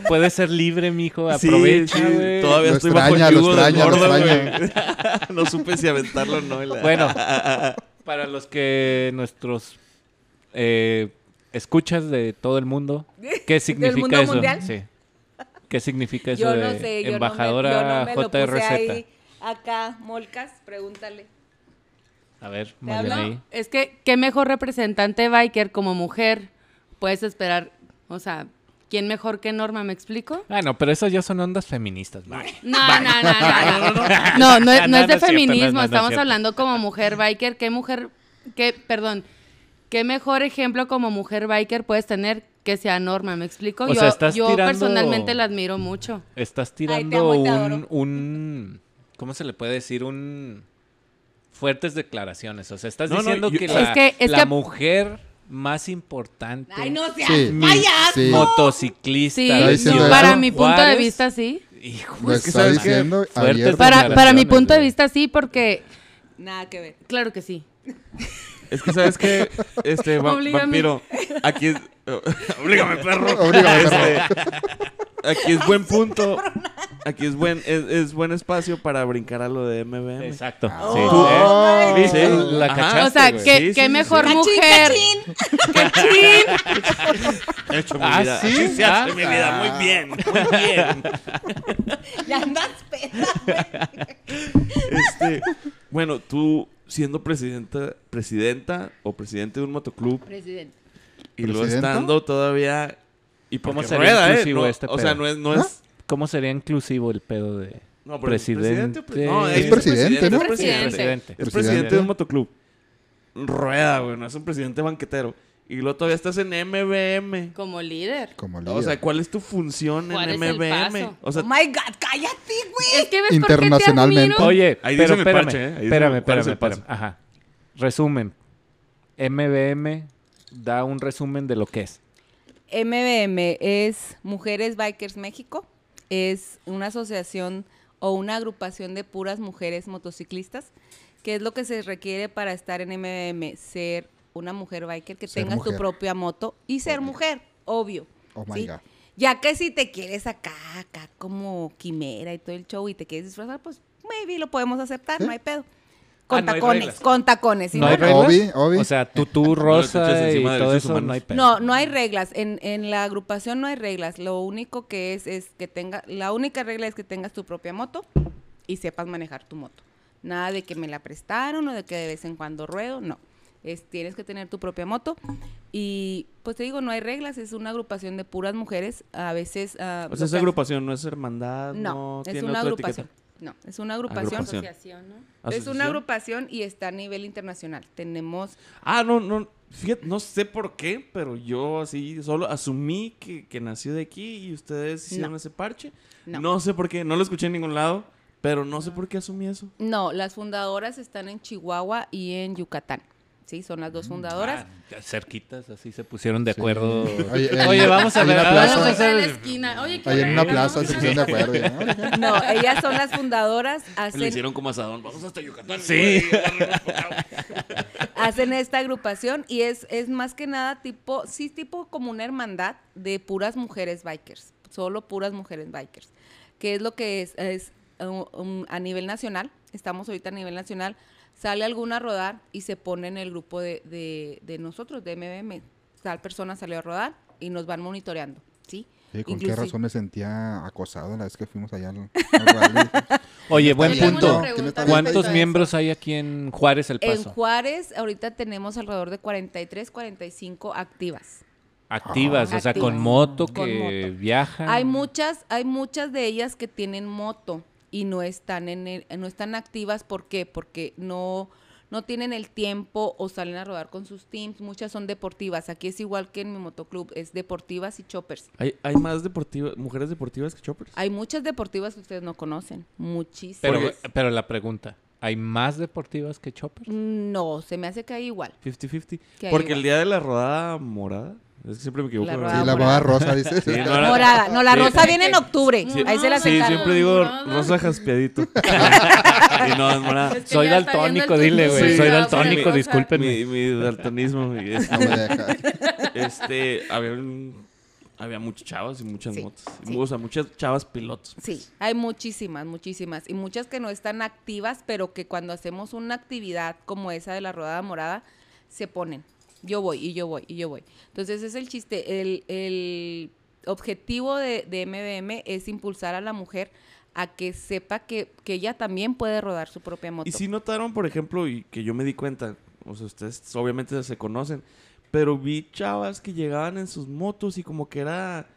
Puede ser libre, mijo. Sí, Aprovecha, sí, güey. Todavía Lo estoy bajo extraña, el lo yugo del extraña, lo gordo, güey. No supe si aventarlo o no. y la- Bueno, para los que nuestros eh, escuchas de todo el mundo. ¿Qué significa mundo eso? mundial? Sí. ¿Qué significa eso Yo de no sé, yo embajadora no me, yo no me lo JRZ? puse ahí. Acá, Molcas, pregúntale. A ver, ¿Te hablo? Marianaí. Es que, ¿qué mejor representante biker como mujer puedes esperar? O sea, ¿quién mejor que Norma? ¿Me explico? Ah, no, pero esas ya son ondas feministas. Mari. No, no, no, no, no. No, no, es- no No, es no de es cierto, no, no, feminismo. no es Estamos cierto. hablando como mujer biker. ¿Qué mujer, qué, perdón, qué mejor ejemplo como mujer biker puedes tener que sea Norma? ¿Me explico? O yo sea, estás yo tirando- personalmente la admiro mucho. Estás Ay, te tirando amo y te un, adoro. un- ¿Cómo se le puede decir? Un. Fuertes declaraciones. O sea, estás No, no, diciendo yo- que Es la, que- es la que- mujer más importante. Ay, no seas Sí, payaso. sí. Motociclista. Sí, Está diciendo no, eso. para mi punto de Juárez. vista, sí. Hijo, Lo es que está sabes que- diciendo fuertes abierto. Para, para mi declaraciones, punto de güey. vista, sí, porque, Nada que ver. claro que sí. Es que sabes que, este, va- Oblígame. vampiro, aquí es... Oblígame, perro. Oblígame, Este, aquí es buen punto. Aquí es buen, es, es buen espacio para brincar a lo de MBM. Exacto. Sí. sí. ¿eh? Oh, Sí, sí. la Ajá. cachaste, O sea, güey. qué, Sí, qué sí, mejor Cachín, mujer. cachín. He hecho mi ¿Ah, vida. sí? Así se hace Ah. mi vida. Muy bien, muy bien. Ya andas peda, güey. Este, bueno, tú siendo presidenta, presidenta o presidente de un motoclub Presidente. y lo ¿Presidenta? estando todavía y ¿Cómo porque sería rueda, ¿eh? inclusivo No, este o sea, pedo? no es no ¿Ah? es ¿Cómo sería inclusivo el pedo de no, pero es presidente? o pre- no, Es presidente, ¿no? Es presidente, Presidente. Es presidente Presidente. de un motoclub. Rueda, güey, no es un presidente banquetero. Y luego todavía estás en MBM. Como líder. Como O sea, líder. ¿cuál es tu función ¿Cuál en es el MBM? paso? O sea, Oh my God, cállate, güey. Es que ves Internacionalmente. Internacionalmente. Oye, Ahí dice pero mi espérame, parche, ¿eh? Ahí dice espérame, mi- ¿cuál es espérame, el espérame. Ajá. Resumen. MBM da un resumen de lo que es. MBM es Mujeres Bikers México. Es una asociación o una agrupación de puras mujeres motociclistas. ¿Qué es lo que se requiere para estar en MBM? Ser una mujer biker, que Ser tengas mujer. tu propia moto y ser mujer, obvio. Oh my ¿sí? God. Ya que si te quieres acá, acá como quimera y todo el show y te quieres disfrazar, pues maybe lo podemos aceptar, ¿Sí? no hay pedo. Con Ah, no hay tacones, reglas. con tacones. ¿sí, ¿No hay no? reglas? Obi, obi. O sea, tutú echas rosa y encima de todo derechos eso no humanos. hay pedo. No, no hay reglas. En, en la agrupación no hay reglas. Lo único que es es que tenga, la única regla es que tengas tu propia moto y sepas manejar tu moto. Nada de que me la prestaron o de que de vez en cuando ruedo, no. Es, tienes que tener tu propia moto y pues te digo, no hay reglas, es una agrupación de puras mujeres, a veces... ah, o lo sea, esa que- agrupación no es hermandad, no, No, es tiene una otra agrupación. etiqueta. No, es una agrupación. Agrupación. Asociación, ¿no? Es ¿Asociación? una agrupación y está a nivel internacional. Tenemos Ah, no, no, fíjate, no sé por qué, pero yo así solo asumí que, que nació de aquí y ustedes hicieron No. ese parche. No. No. sé por qué, no lo escuché en ningún lado, pero no sé por qué asumí eso. No, las fundadoras están en Chihuahua y en Yucatán. Sí, son las Mm, dos fundadoras. Ah, cerquitas, así se pusieron de acuerdo. Oye, en- Oye, vamos a hay ver, una vamos a plaza. hacer- en la esquina. Oye, ¿qué Ahí en hora una era? plaza, Vamos a- se pusieron de acuerdo. ¿no? No, ellas son las fundadoras, Le hacen, hicieron como asadón, vamos hasta Yucatán. Sí. hacen esta agrupación y es, es más que nada tipo, sí, tipo como una hermandad de puras mujeres bikers, solo puras mujeres bikers, que es lo que es, es um, um, a nivel nacional, estamos ahorita a nivel nacional, sale alguna a rodar y se pone en el grupo de, de- de nosotros, de MBM, tal persona salió a rodar y nos van monitoreando, ¿sí? Sí, ¿Con qué Inclusive- razón me sentía acosado la vez que fuimos allá al, al rally? Oye, buen Yo tengo una punto. pregunta ¿Quién está respecto ¿Cuántos a eso. miembros hay aquí en Juárez El En Paso? Juárez ahorita tenemos alrededor de 43, 45 activas. Activas, o sea, con Activas. moto que Con moto. viajan. Ah. Hay muchas, hay muchas de ellas que tienen moto y no están en el- no están activas, ¿por qué? Porque no no tienen el tiempo o salen a rodar con sus teams, muchas son deportivas. Aquí es igual que en mi motoclub, es deportivas y choppers. ¿Hay, hay más deportivas, mujeres deportivas que choppers. Hay muchas deportivas que ustedes no conocen, muchísimas. Pero, pero la pregunta, ¿hay más deportivas que choppers? no, se me hace que hay igual. 50-50. Que hay Porque el igual. día de la rodada morada, es que siempre me equivoco. La ¿verdad? Sí, la morada. boda rosa, dice. Sí, no era- Morada, no, la Sí. rosa viene en octubre. Sí, Ahí se la sí, sacaron. siempre digo Morada. rosa jaspeadito. y no, es morada. Es que Soy ya está viendo el daltónico, dile, turno, güey. Sí. Soy ya, daltónico, o sea, Mi, discúlpenme. mi daltonismo. y es- No me deja. Este, había, un- había muchas chavas y muchas Sí, motos. Y, sí. O sea, muchas chavas pilotos. Sí, hay muchísimas, muchísimas. Y muchas que no están activas, pero que cuando hacemos una actividad como esa de la rodada morada, se ponen. yo voy y yo voy y yo voy. Entonces ese es el chiste. El, el objetivo de, de MBM es impulsar a la mujer a que sepa que, que ella también puede rodar su propia moto. Y si notaron, por ejemplo, y que yo me di cuenta, o sea, ustedes obviamente se conocen, pero vi chavas que llegaban en sus motos y como que era,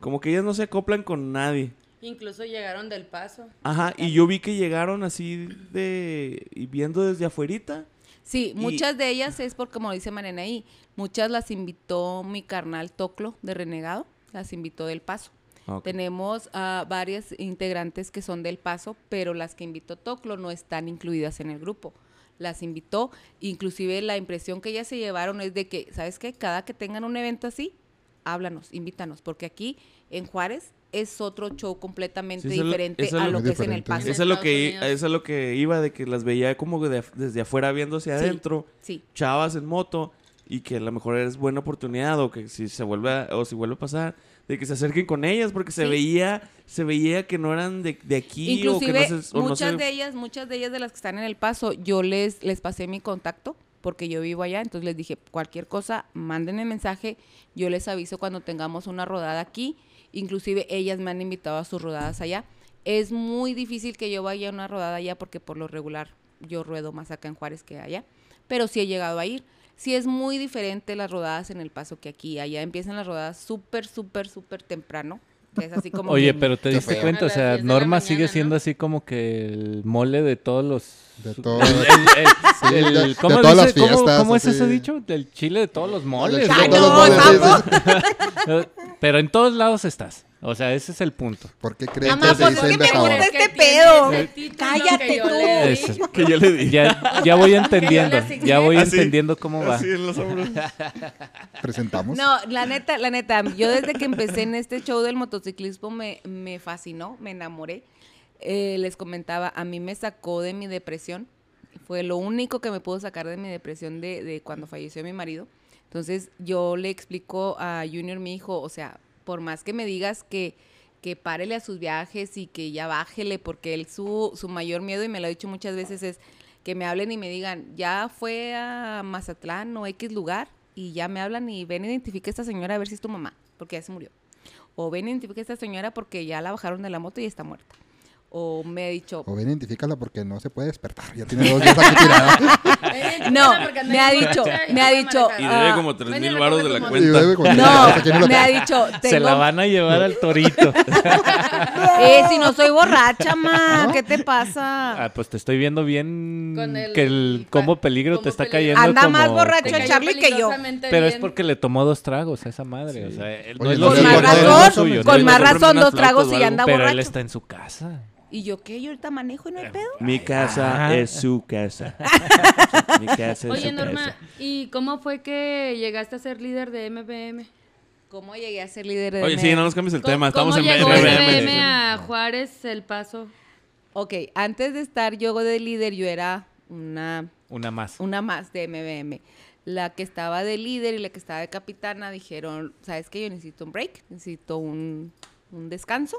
como que ellas no se acoplan con nadie. Incluso llegaron del paso. Ajá, y yo vi que llegaron así de, y viendo desde afuerita. Sí, Y- muchas de ellas es porque, como dice Mariana ahí, muchas las invitó mi carnal Toclo de Renegado, las invitó del Paso. Tenemos ah, varias integrantes que son del Paso, pero las que invitó Toclo no están incluidas en el grupo. Las invitó, inclusive la impresión que ellas se llevaron es de que, ¿sabes qué? Cada que tengan un evento así, háblanos, invítanos, porque aquí en Juárez es otro show completamente Sí, eso es lo- diferente eso es a lo- lo que es en el diferente. Paso. Eso es, lo que, Estados Unidos. eso es lo que iba, de que las veía como de af- desde afuera viendo hacia Sí. adentro, Sí. chavas en moto, y que a lo mejor es buena oportunidad, o que si se vuelve a- o si vuelve a pasar, de que se acerquen con ellas, porque se Sí. veía, se veía que no eran de, de aquí, Inclusive, o que no se, o no muchas se- de ellas, muchas de ellas de las que están en El Paso, yo les, les pasé mi contacto porque yo vivo allá, entonces les dije, cualquier cosa, mándenme mensaje, yo les aviso cuando tengamos una rodada aquí, inclusive ellas me han invitado a sus rodadas allá. Es muy difícil que yo vaya a una rodada allá porque por lo regular yo ruedo más acá en Juárez que allá, pero sí he llegado a ir. Sí es muy diferente las rodadas en El Paso que aquí, allá empiezan las rodadas súper, súper, súper temprano, que es así como... Oye, que- pero te Qué diste feo. cuenta, o A las sea, 10 de la Norma mañana, sigue siendo ¿no? así como que el mole de todos los... De todo. El- el- el- de- de ¿cómo todas dice- las cómo- fiestas, ¿Cómo es así. eso dicho? Del chile de todos los De moles. ¿no? todos Ah, los no, moles, sí, sí, tampoco. sí. Pero en todos lados estás. O sea, ese es el punto. ¿Por qué creen Mamá, que se pues es dicen que me dejado? gusta Este pedo. Cállate Cállate tú. Es- que yo le di. ya, ya voy entendiendo, Que yo le asigné. ya voy Así, entendiendo cómo va. Así en los hombros. ¿Presentamos? No, la neta, la neta, yo desde que empecé en este show del motociclismo me, me fascinó, me enamoré. Eh, les comentaba, a mí me sacó de mi depresión. Fue lo único que me pudo sacar de mi depresión de, de cuando falleció mi marido. Entonces yo le explico a Junior, mi hijo, o sea, por más que me digas que, que párele a sus viajes y que ya bájele, porque él su, su mayor miedo, y me lo ha dicho muchas veces, es que me hablen y me digan, ya fue a Mazatlán o X lugar, y ya me hablan y ven, identifica a esta señora a ver si es tu mamá, porque ya se murió. O ven, identifica a esta señora porque ya la bajaron de la moto y está muerta. O me ha dicho, O bien, identifícala porque no se puede despertar. Ya tiene dos días aquí tirada. No, me ha dicho, me ha dicho, Y Ah, debe como 3 mil bueno, baros de recoge la tu cuenta. Y luego, cuando llegas aquí no no, lo me ha traes. dicho, Se la tengo van a llevar al torito. Eh, si no soy borracha, ma, ¿No? ¿qué te pasa? Ah, pues te estoy viendo bien Con el- que el combo peligro combo te está peligro. cayendo. Anda más como- borracho como- el Charlie que yo. Pero es porque le tomó dos tragos a esa madre. O sea, él- no Oye, es lo no Con sí, suyo, no es lo suyo, no más razón, con razón, es con lo más suyo. razón, unas dos flautas tragos o y algo, anda Pero él borracho. está en su casa. ¿Y yo qué? ¿Yo ahorita manejo y Eh. no hay pedo? Mi casa Ah. es su casa. Mi casa es Oye, su Norma, casa. ¿y cómo fue que llegaste a ser líder de MBM? ¿Cómo llegué a ser líder de Oye, sí, no nos cambies el tema. ¿Cómo Estamos en llegó BBM. MBM a Juárez El Paso? Ok, antes de estar yo de líder, yo era una Una más. Una más de MBM. La que estaba de líder y la que estaba de capitana dijeron, ¿sabes qué? Yo necesito un break, necesito un, un descanso,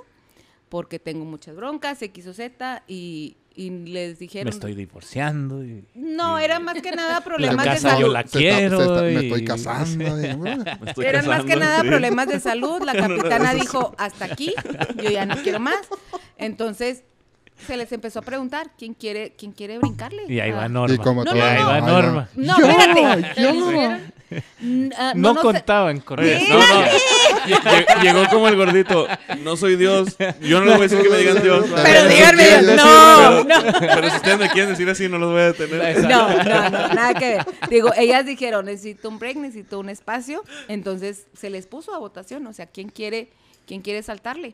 porque tengo muchas broncas, X o Z, y, y les dijeron... Me estoy divorciando. y- No, era más que nada problemas de casa yo salud. la Se está- se está- quiero Me y- estoy casando. y, bueno, Me estoy Eran más que casando, nada sí. problemas de salud. La En una de capitana esas. dijo, hasta aquí, yo ya no quiero más. Entonces, se les empezó a preguntar, ¿quién quiere, quién quiere brincarle? Y ahí Ah, va Y Norma. como No, todo- no, no. ay, Ahí va Norma. No, Yo, espérate. yo. Mm, ah, No, nos- contaban con Oye, eso. no, no. Lle- Llegó como el gordito. No soy Dios. Yo no les voy a decir que me digan Dios. Pero díganme, Pero- no, no. Pero si ustedes me quieren decir así, no los voy a detener. No, no, no, nada que ver. Digo, ellas dijeron, necesito un break, necesito un espacio. Entonces se les puso a votación, o sea, ¿quién quiere, quién quiere saltarle?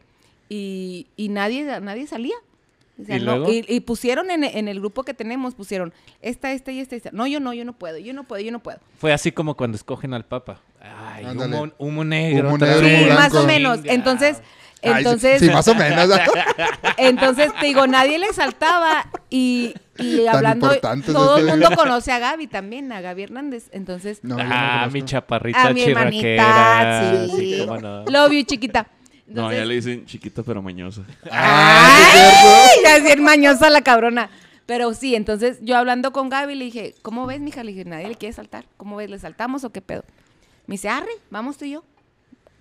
Y, y nadie, nadie salía. O sea, ¿Y no, luego? y, y pusieron en, en el grupo que tenemos, pusieron esta, esta y esta, y esta. No, yo no, yo no puedo, yo no puedo, yo no puedo. Fue así como cuando escogen al Papa. Ay, Ándale. humo, humo negro. Humo otra negro, vez. humo Sí, más blanco. o menos. Entonces, ay, entonces, Sí, más o menos. Entonces, te digo, nadie le saltaba y, y Tan hablando, importante es todo el este- mundo conoce a Gaby también, a Gaby Hernández. Entonces, No, yo no Ah, conozco. mi chaparrita a mi chirraquera. hermanita, sí. Sí, cómo no. Love you, chiquita. No, Entonces- Pues ya le dicen chiquita pero mañosa. Ay, ¡Ay! Ya es bien mañosa la cabrona. Pero sí, entonces yo hablando con Gaby le dije, ¿cómo ves, mija? Le dije, nadie le quiere saltar. ¿Cómo ves? ¿Le saltamos o qué pedo? Me dice, arre, vamos tú y yo.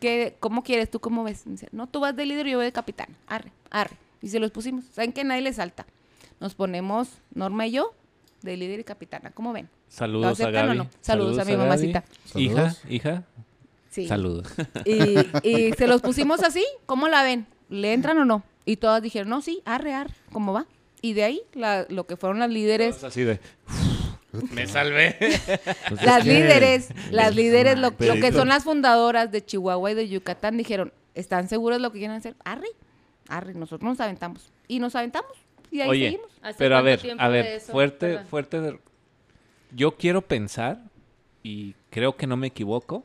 ¿Qué, ¿Cómo quieres? ¿Tú cómo ves? Me dice, no, tú vas de líder y yo voy de capitán. Arre, arre. Y se los pusimos. ¿Saben que nadie le salta? Nos ponemos, Norma y yo, de líder y capitana. ¿Cómo ven? ¿Lo Saludos a aceptan o Gaby. no? Saludos, a mi Gaby. mamacita. Hija, Saludos. hija, Sí. saludos. Y, y se los pusimos así, ¿cómo la ven? ¿Le entran o no? Y todas dijeron, no, sí, arre, arre, ¿cómo va? Y de ahí, la- lo que fueron las líderes, Así de, Me salvé. Pues es las que- líderes, las líderes, lo, lo que Pedrito. son las fundadoras de Chihuahua y de Yucatán, dijeron, ¿están seguras lo que quieren hacer? Arre, arre, nosotros nos aventamos. Y nos aventamos, y ahí oye, seguimos. ¿Hace pero a cuánto ver, tiempo a de ver, eso? fuerte, Perdón. fuerte. de- Yo quiero pensar, y creo que no me equivoco,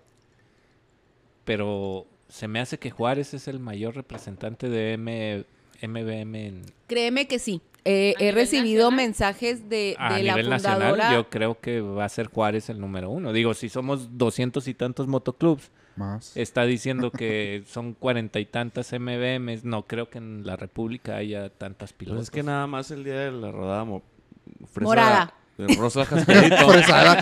pero se me hace que Juárez es el mayor representante de M MBM en, Créeme que sí. Eh, ¿A he nivel recibido nacional? mensajes de, a eh, de la nivel fundadora. nacional. Yo creo que va a ser Juárez el número uno. Digo, si somos doscientos y tantos motoclubs, Más. está diciendo que son cuarenta y tantas MBMs. No creo que en la República haya tantas Pues pilotos. es que nada más el día de la rodada mo- fresa- Morada. de Rosa Jasperito. Fresada.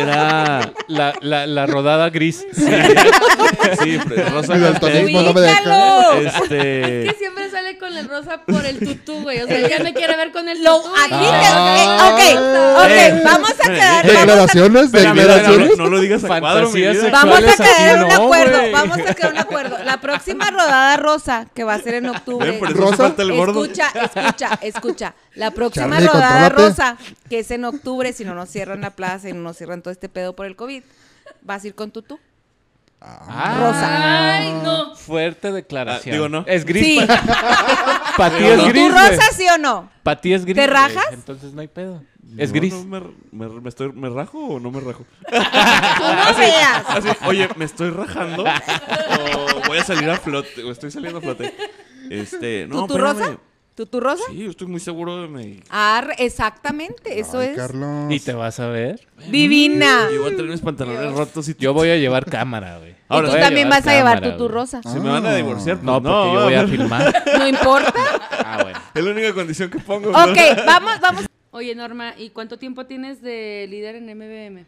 Era. La, la- la rodada gris. Sí, fre- Rosa Mi daltonismo Jasperito. no me deja. ¡Ubícalo! Este. Que siempre sale con el rosa por el tutú, güey. O sea, ya me quiere ver con el Lo, tutú. aquí y- te- Ah. eh, ok, ok, Eh, vamos a espérame, quedar. vamos a- ¿Declaraciones? Espérame, espérame, ¿Declaraciones? no, no lo digas a cuadro, mi Fantasías vida. sexuales. Vamos a ¿Cuál es quedar aquí? en un No, acuerdo, güey. vamos a quedar en un acuerdo. La próxima rodada rosa que va a ser en octubre. Ven, por eso ¿Rosa? se falta el gordo. Escucha, escucha, escucha. La próxima Charlie, rodada contrólate. rosa, que es en octubre, si no nos cierran la plaza y no nos cierran todo este pedo por el COVID, vas a ir con tutú. Rosa. Ay, no. Ah, Fuerte declaración. Ah, digo, ¿no? Es gris. Sí. Para ti Digo, es ¿no? ¿Tú gris. rosa sí o no? Para ti es gris. ¿Te güey. rajas? Entonces no hay pedo. Es No, gris. no, me, me- me estoy, ¿Me rajo o no me rajo? Ah, Tú no veas. Así, oye, ¿me estoy rajando? ¿O voy a salir a flote? ¿O estoy saliendo a flote? Este, no, ¿Tutú espérame. rosa? ¿Tutú rosa? Sí, yo estoy muy seguro de mi... Arre, exactamente, eso Ay, es. Carlos. Y te vas a ver. Divina. Yo voy a tener mis pantalones rotos y... Yo voy a llevar cámara, güey. Ahora, y tú voy a también llevar vas a llevar cámara, tutú güey. rosa. Si me van a divorciar, pues No, porque no, yo voy a ver. filmar. No importa. Ah, bueno. Es la única condición que pongo. Ok, ¿no? vamos, vamos. Oye, Norma, ¿y cuánto tiempo tienes de líder en MBM?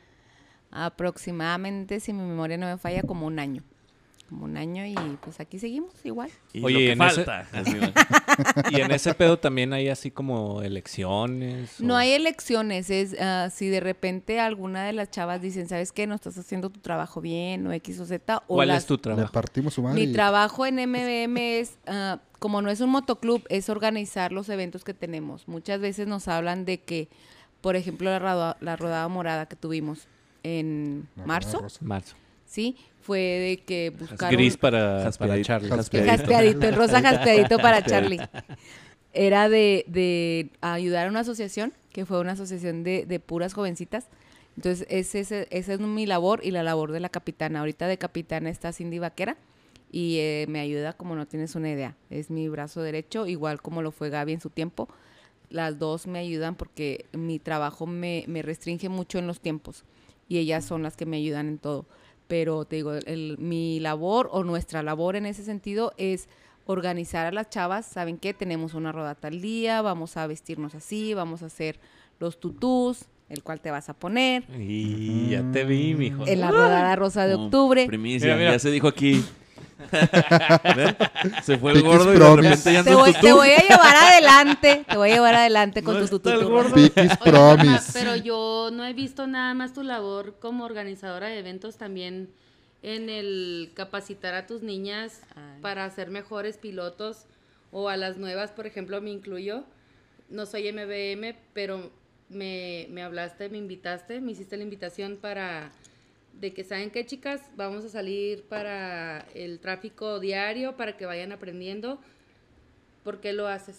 Aproximadamente, si mi memoria no me falla, como un año. Como un año y pues aquí seguimos igual. Y Oye, lo que en falta. Así, ¿no? Y en ese pedo también hay así como elecciones. No o- hay elecciones, es ah, si de repente alguna de las chavas dicen, ¿sabes qué? No estás haciendo tu trabajo bien o X o Z. O ¿Cuál las- es tu Le trabajo? partimos su madre. Mi y- trabajo en MBM es, ah, como no es un motoclub, es organizar los eventos que tenemos. Muchas veces nos hablan de que, por ejemplo, la, roda- la rodada morada que tuvimos en No, marzo, Rosa. Marzo. ¿sí? Fue de que buscaron... Gris para, para Jaspeadito. Charlie. Jaspeadito. Jaspeadito, el rosa jaspeadito para Charlie. Era de, de ayudar a una asociación, que fue una asociación de, de puras jovencitas. Entonces, ese, ese- esa es mi labor y la labor de la capitana. Ahorita de capitana está Cindy Vaquera y eh, me ayuda como no tienes una idea. Es mi brazo derecho, igual como lo fue Gaby en su tiempo. Las dos me ayudan porque mi trabajo me, me restringe mucho en los tiempos y ellas son las que me ayudan en todo. Pero te digo, el- mi labor o nuestra labor en ese sentido es organizar a las chavas, ¿saben qué? Tenemos una rodata tal día, vamos a vestirnos así, vamos a hacer los tutús, el cual te vas a poner, Y ya te vi, mijo. en la rodada rosa de No, octubre. Primicia, Mira, mira. ya se dijo aquí. ¿Ven? Se fue el Piquis gordo y de promis. repente ya Te anda voy, el tutú. te voy a llevar adelante, te voy a llevar adelante con No tu está tutú. el tu gordo. rosa. Piquis Oye, Norma, promis. pero yo no he visto nada más tu labor como organizadora de eventos también en el capacitar a tus niñas Ay. para ser mejores pilotos o a las nuevas, por ejemplo, me incluyo. No soy MBM, pero me, me hablaste, me invitaste, me hiciste la invitación para de que saben qué chicas, vamos a salir para el tráfico diario para que vayan aprendiendo. ¿Por qué lo haces?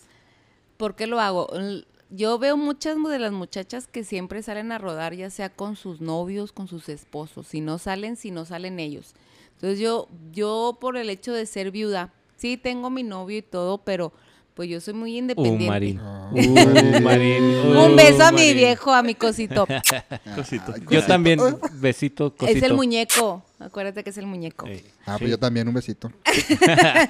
¿Por qué lo hago? L- Yo veo muchas mu- de las muchachas que siempre salen a rodar, ya sea con sus novios, con sus esposos. Si no salen, si no salen ellos. Entonces yo, yo por el hecho de ser viuda, sí tengo mi novio y todo, pero pues yo soy muy Uh, independiente. Marín. Ah, Uh, Marín. Un Uh, beso a mi Marín. viejo, a mi cosito. Cosito. Yo también, besito, cosito. Es el muñeco. Acuérdate que es el muñeco. Sí. Ah, pues yo también, un besito.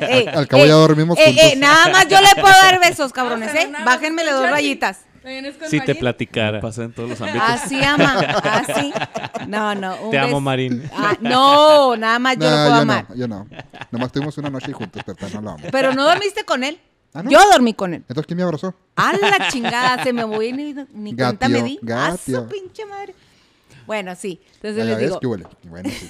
Eh, Al cabo ya dormimos eh, eh, juntos. nada más yo le puedo dar besos, cabrones, O sea, ¿eh? nada más Bájenme las dos escucharte. rayitas. También es con si te Marín. platicara. Pasa en todos los ámbitos. Así, ama. Así. No, no. un Te amo, bes- Marín. Ah, no, nada más yo lo Nah, puedo yo amar. no, yo no. Nomás tuvimos una noche juntos, pero pues, no lo amo. Pero no dormiste con él. Ah, ¿no? Yo dormí con él. Entonces, ¿quién me abrazó? A la chingada, se me voy ni, ni Gatio, cuenta me di. A su gatio. pinche madre. Bueno, sí. Ya Entonces ya les ves, digo, ¿qué huele? Bueno, sí.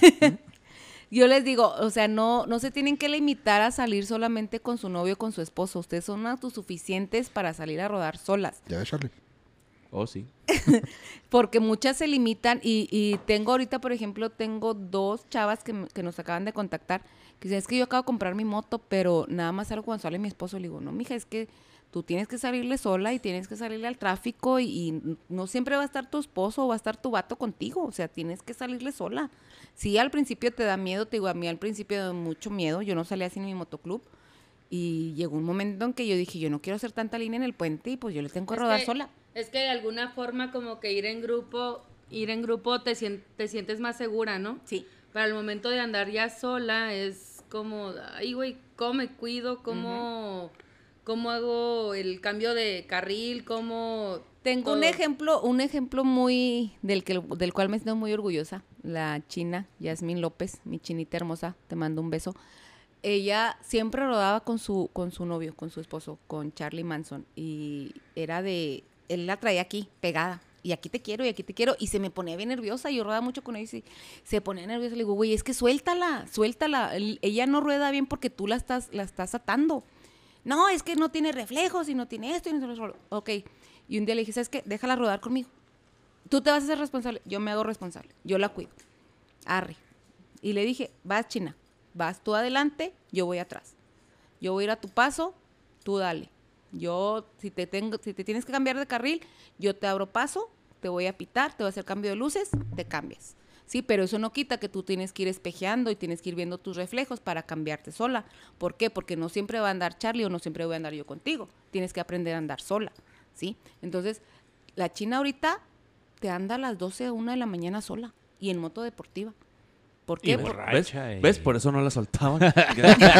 yo les digo, o sea, no, no se tienen que limitar a salir solamente con su novio o con su esposo. Ustedes son autosuficientes para salir a rodar solas. Ya ves, Charlie. Oh, sí. Porque muchas se limitan y, y tengo ahorita, por ejemplo, tengo dos chavas que, me- que nos acaban de contactar que dicen, es que yo acabo de comprar mi moto, pero nada más salgo cuando sale mi esposo. Le digo, no, mija, es que tú tienes que salirle sola y tienes que salirle al tráfico y, y no siempre va a estar tu esposo o va a estar tu vato contigo. O sea, tienes que salirle sola. Si al principio te da miedo, te digo, a mí al principio me dio mucho miedo. Yo no salía sin mi motoclub. Y llegó un momento en que yo dije, yo no quiero hacer tanta línea en el puente y pues yo le tengo que Es rodar que- sola. Es que de alguna forma como que ir en grupo, ir en grupo te, sien- te sientes más segura, ¿no? Sí. Para el momento de andar ya sola es como, ay, güey, ¿cómo me cuido? ¿Cómo, cómo hago el cambio de carril? ¿Cómo...? Tengo un todo? ejemplo, un ejemplo muy del que del cual me siento muy orgullosa, la china Yasmín López, mi chinita hermosa, te mando un beso. Ella siempre rodaba con su con su novio, con su esposo, con Charlie Manson y era de él la traía aquí pegada y aquí te quiero y aquí te quiero y se me ponía bien nerviosa, yo rodaba mucho con ella y se, se ponía nerviosa, le digo, "Güey, es que suéltala, suéltala, el- ella no rueda bien porque tú la estás la estás atando." No, es que no tiene reflejos y no tiene esto y no tiene lo otro. Ok. Y un día le dije, ¿sabes qué? Déjala rodar conmigo. Tú te vas a hacer responsable. Yo me hago responsable. Yo la cuido. Arre. Y le dije, vas, China. Vas tú adelante, yo voy atrás. Yo voy a ir a tu paso, tú dale. Yo, si te, tengo, si te tienes que cambiar de carril, yo te abro paso, te voy a pitar, te voy a hacer cambio de luces, te cambias. Sí, pero eso no quita que tú tienes que ir espejeando y tienes que ir viendo tus reflejos para cambiarte sola. ¿Por qué? Porque no siempre va a andar Charlie o no siempre voy a andar yo contigo. Tienes que aprender a andar sola, ¿sí? Entonces, la china ahorita te anda a las 12, 1 de la mañana sola y en moto deportiva. ¿Por Y qué? ves- Por- ¿Ves? borracha, eh. ¿Ves? Por eso no la soltaban.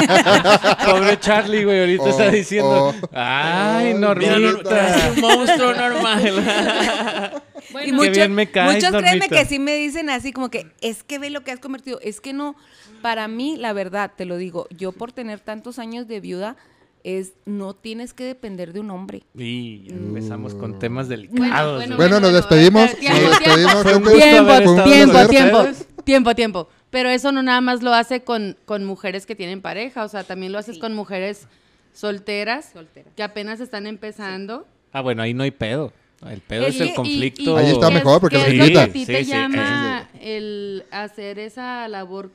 Pobre Charlie, güey, ahorita Oh, está diciendo. oh. Ay, Oh, normal. mira, Normita. un monstruo normal. Y Bueno, muy- muchos, bien me caes, muchos créeme Normita. que sí me dicen así como que es que ve lo que has convertido. Es que no, para mí, la verdad, te lo digo, yo por tener tantos años de viuda, es no tienes que depender de un hombre. Y ya empezamos Mm. con temas bueno, delicados. bueno, güey. Bueno, nos despedimos. bueno, tiempo, Nos tiempo. despedimos. Fue un gente. gusto haber Fue un tiempo, estado tiempo, placer. con tiempo, ustedes. tiempo, tiempo. Pero eso no nada más lo hace con, con mujeres que tienen pareja, o sea, también lo haces con mujeres solteras Soltera. que apenas están empezando. Ah, bueno, ahí no hay pedo. El pedo El- es el y- conflicto. y- Ahí está que es- mejor porque que los es lo que invitan. a ti Sí, te sí, llama el hacer esa labor.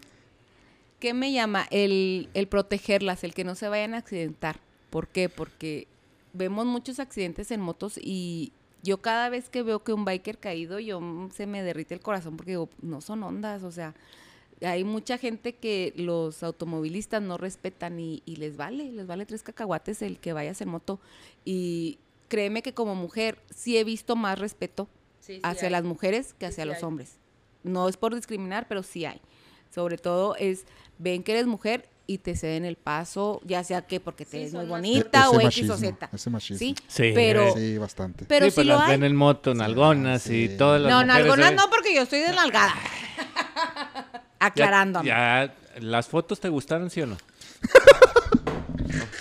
¿Qué me llama? El, el protegerlas, el que no se vayan a accidentar. ¿Por qué? Porque vemos muchos accidentes en motos y yo cada vez que veo que un biker caído, yo mm, se me derrite el corazón porque digo, no son ondas, o sea, hay mucha gente que los automovilistas no respetan y, y les vale, les vale tres cacahuates el que vayas en moto. Y créeme que como mujer sí he visto más respeto hacia las mujeres que Sí, hacia sí los hay. hombres. No es por discriminar, pero sí hay. Sobre todo es, ven que eres mujer y te ceden el paso, ya sea que porque te Sí, ves son muy más- bonita Ese o X o machismo, Z. ese machismo. Sí, Sí, pero, Sí, bastante. pero sí, sí pues lo las hay. ven en moto, nalgonas sí. y todas las No, mujeres. nalgonas eh. no, porque yo estoy de nalgada. Ya- Aclarando. amigo. Ya, ¿las fotos te gustaron, sí o no?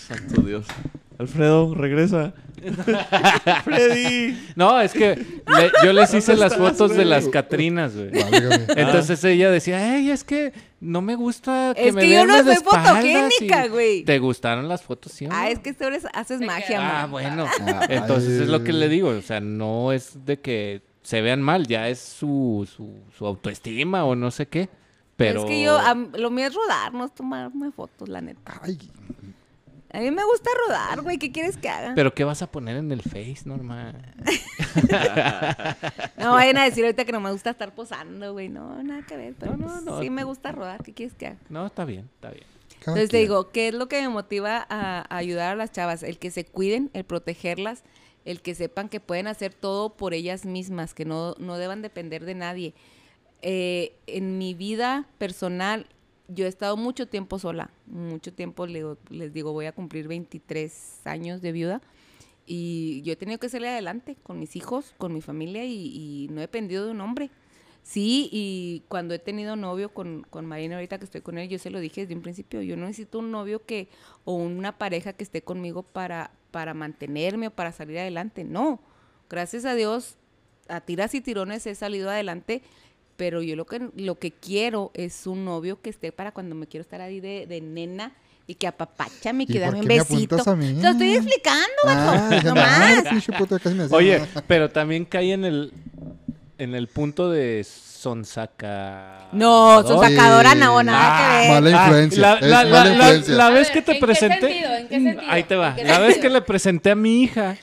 Santo Dios. Alfredo, regresa. Freddy. No, es que le- yo les hice las estás, fotos de güey? las Catrinas, güey. Válgame. Entonces ella decía, ey, es que no me gusta que Es me que yo vean no las soy espaldas", fotogénica, y- güey. ¿Te gustaron las fotos, sí o no? Ah, es que tú eres- haces Se magia, queda- Ah, amor. bueno. Ah, Entonces ay. es lo que le digo, o sea, no es de que se vean mal, ya es su, su, su autoestima o no sé qué. Ah, Pero Es que yo, a mí- lo mío es rodar, no es tomarme fotos, la neta. Ay, A mí me gusta rodar, güey, ¿qué quieres que haga? pero qué vas a poner en el Face, normal. No vayan a decir ahorita que no me gusta estar posando, güey. No, nada que ver. Pero No, no, pues no. sí me gusta rodar. ¿Qué quieres que haga? No, está bien, está bien. cada Entonces te quien. digo, ¿qué es lo que me motiva a, a ayudar a las chavas? El que se cuiden, el protegerlas, el que sepan que pueden hacer todo por ellas mismas, que no, no deban depender de nadie. Eh, en mi vida personal, yo he estado mucho tiempo sola, mucho tiempo, le digo- les digo, voy a cumplir 23 años de viuda Y yo he tenido que salir adelante con mis hijos, con mi familia y, y no he dependido de un hombre. Sí, y cuando he tenido novio con, con Marina, ahorita que estoy con él, yo se lo dije desde un principio, yo no necesito un novio que o una pareja que esté conmigo para, para mantenerme o para salir adelante. No, gracias a Dios, a tiras y tirones he salido adelante, pero yo lo que, lo que quiero es un novio que esté para cuando me quiero estar ahí de, de nena y que apapáchame y ¿Y que por dame un qué me besito. apuntas a mí? Te lo estoy explicando, vato, Ah, dije, no ay, más. pinche puto, casi me hacía- Oye, pero también cae en el en el punto de sonsaca. Ah, No, son Sí. sacadora no, nada que ver. Mala influencia. La, es la- la- mala la- influencia. la A vez ver, que te ¿en qué presenté. Mm, sentido? ¿En qué sentido? Ahí te va. ¿En qué La vez sentido? que le presenté a mi hija.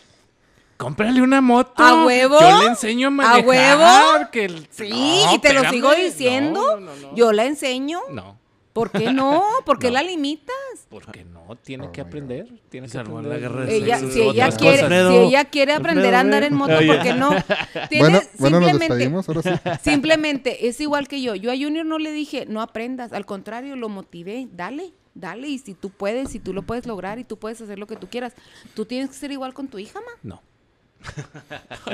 Cómprale una moto. ¿A huevo? Yo le enseño a manejar. huevo? que el- Sí, No, y te lo espérame. sigo diciendo. No, no, no. Yo la enseño. No, ¿Por qué no? ¿Por qué No. la limitas? porque no, tiene Oh que my God. aprender. Tiene que Se armó aprender. la guerra de Ella, sexos, si, ella otras quiere, cosas. si ella quiere aprender a andar en moto, Oye. ¿por qué no? Tienes- Ah, Bueno, bueno, nos simplemente- despedimos, ahora sí. Simplemente es igual que yo. Yo a Junior no le dije, no aprendas. Al contrario, lo motivé. Dale, dale. Y si tú puedes, si tú lo puedes lograr y tú puedes hacer lo que tú quieras, tú tienes que ser igual con tu hija, ma. No.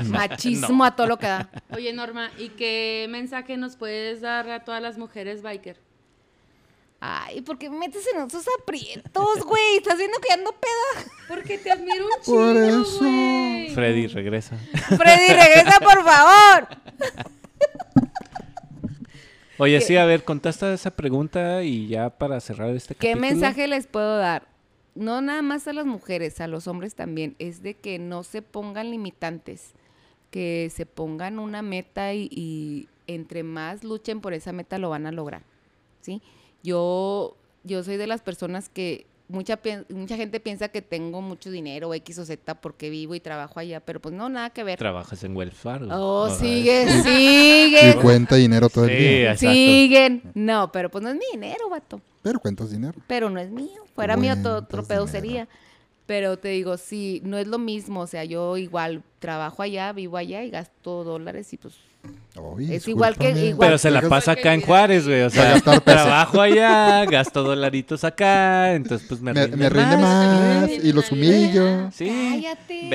Machismo a todo lo que da. Oye, Norma, ¿y qué mensaje nos puedes dar a todas las mujeres biker? Ay, ¿por qué me metes en esos aprietos, güey? Estás viendo que ando peda. Porque te admiro un Por chingo, eso. güey. Freddy, regresa. Freddy, regresa, por favor. Oye, sí, a ver, contesta esa pregunta y ya para cerrar este ¿Qué capítulo. mensaje les puedo dar? No nada más a las mujeres, a los hombres también, es de que no se pongan limitantes, que se pongan una meta y, y entre más luchen por esa meta lo van a lograr, ¿sí? Yo, yo soy de las personas que mucha, pien- mucha gente piensa que tengo mucho dinero, X o Z, porque vivo y trabajo allá, pero pues no, nada que ver. Trabajas en Wells Fargo. oh, Ajá. sigue, Y sigue, cuenta dinero todo el Sí, día. exacto. siguen. No, pero pues no es mi dinero, vato Pero cuentas dinero. pero no es mío. Fuera mío, todo pues Cuentas otro pedo dinero. sería. Pero te digo, sí, no es lo mismo. O sea, yo igual trabajo allá, vivo allá y gasto dólares y pues. Ay, Es igual que- discúlpame. igual- Pero se la Dejas- pasa acá en Juárez, güey. O Para sea, gastar pesos. trabajo allá, gasto dolaritos acá, entonces pues me, Me, rinde me rinde más. más y los humillo. Sí. ¡Cállate!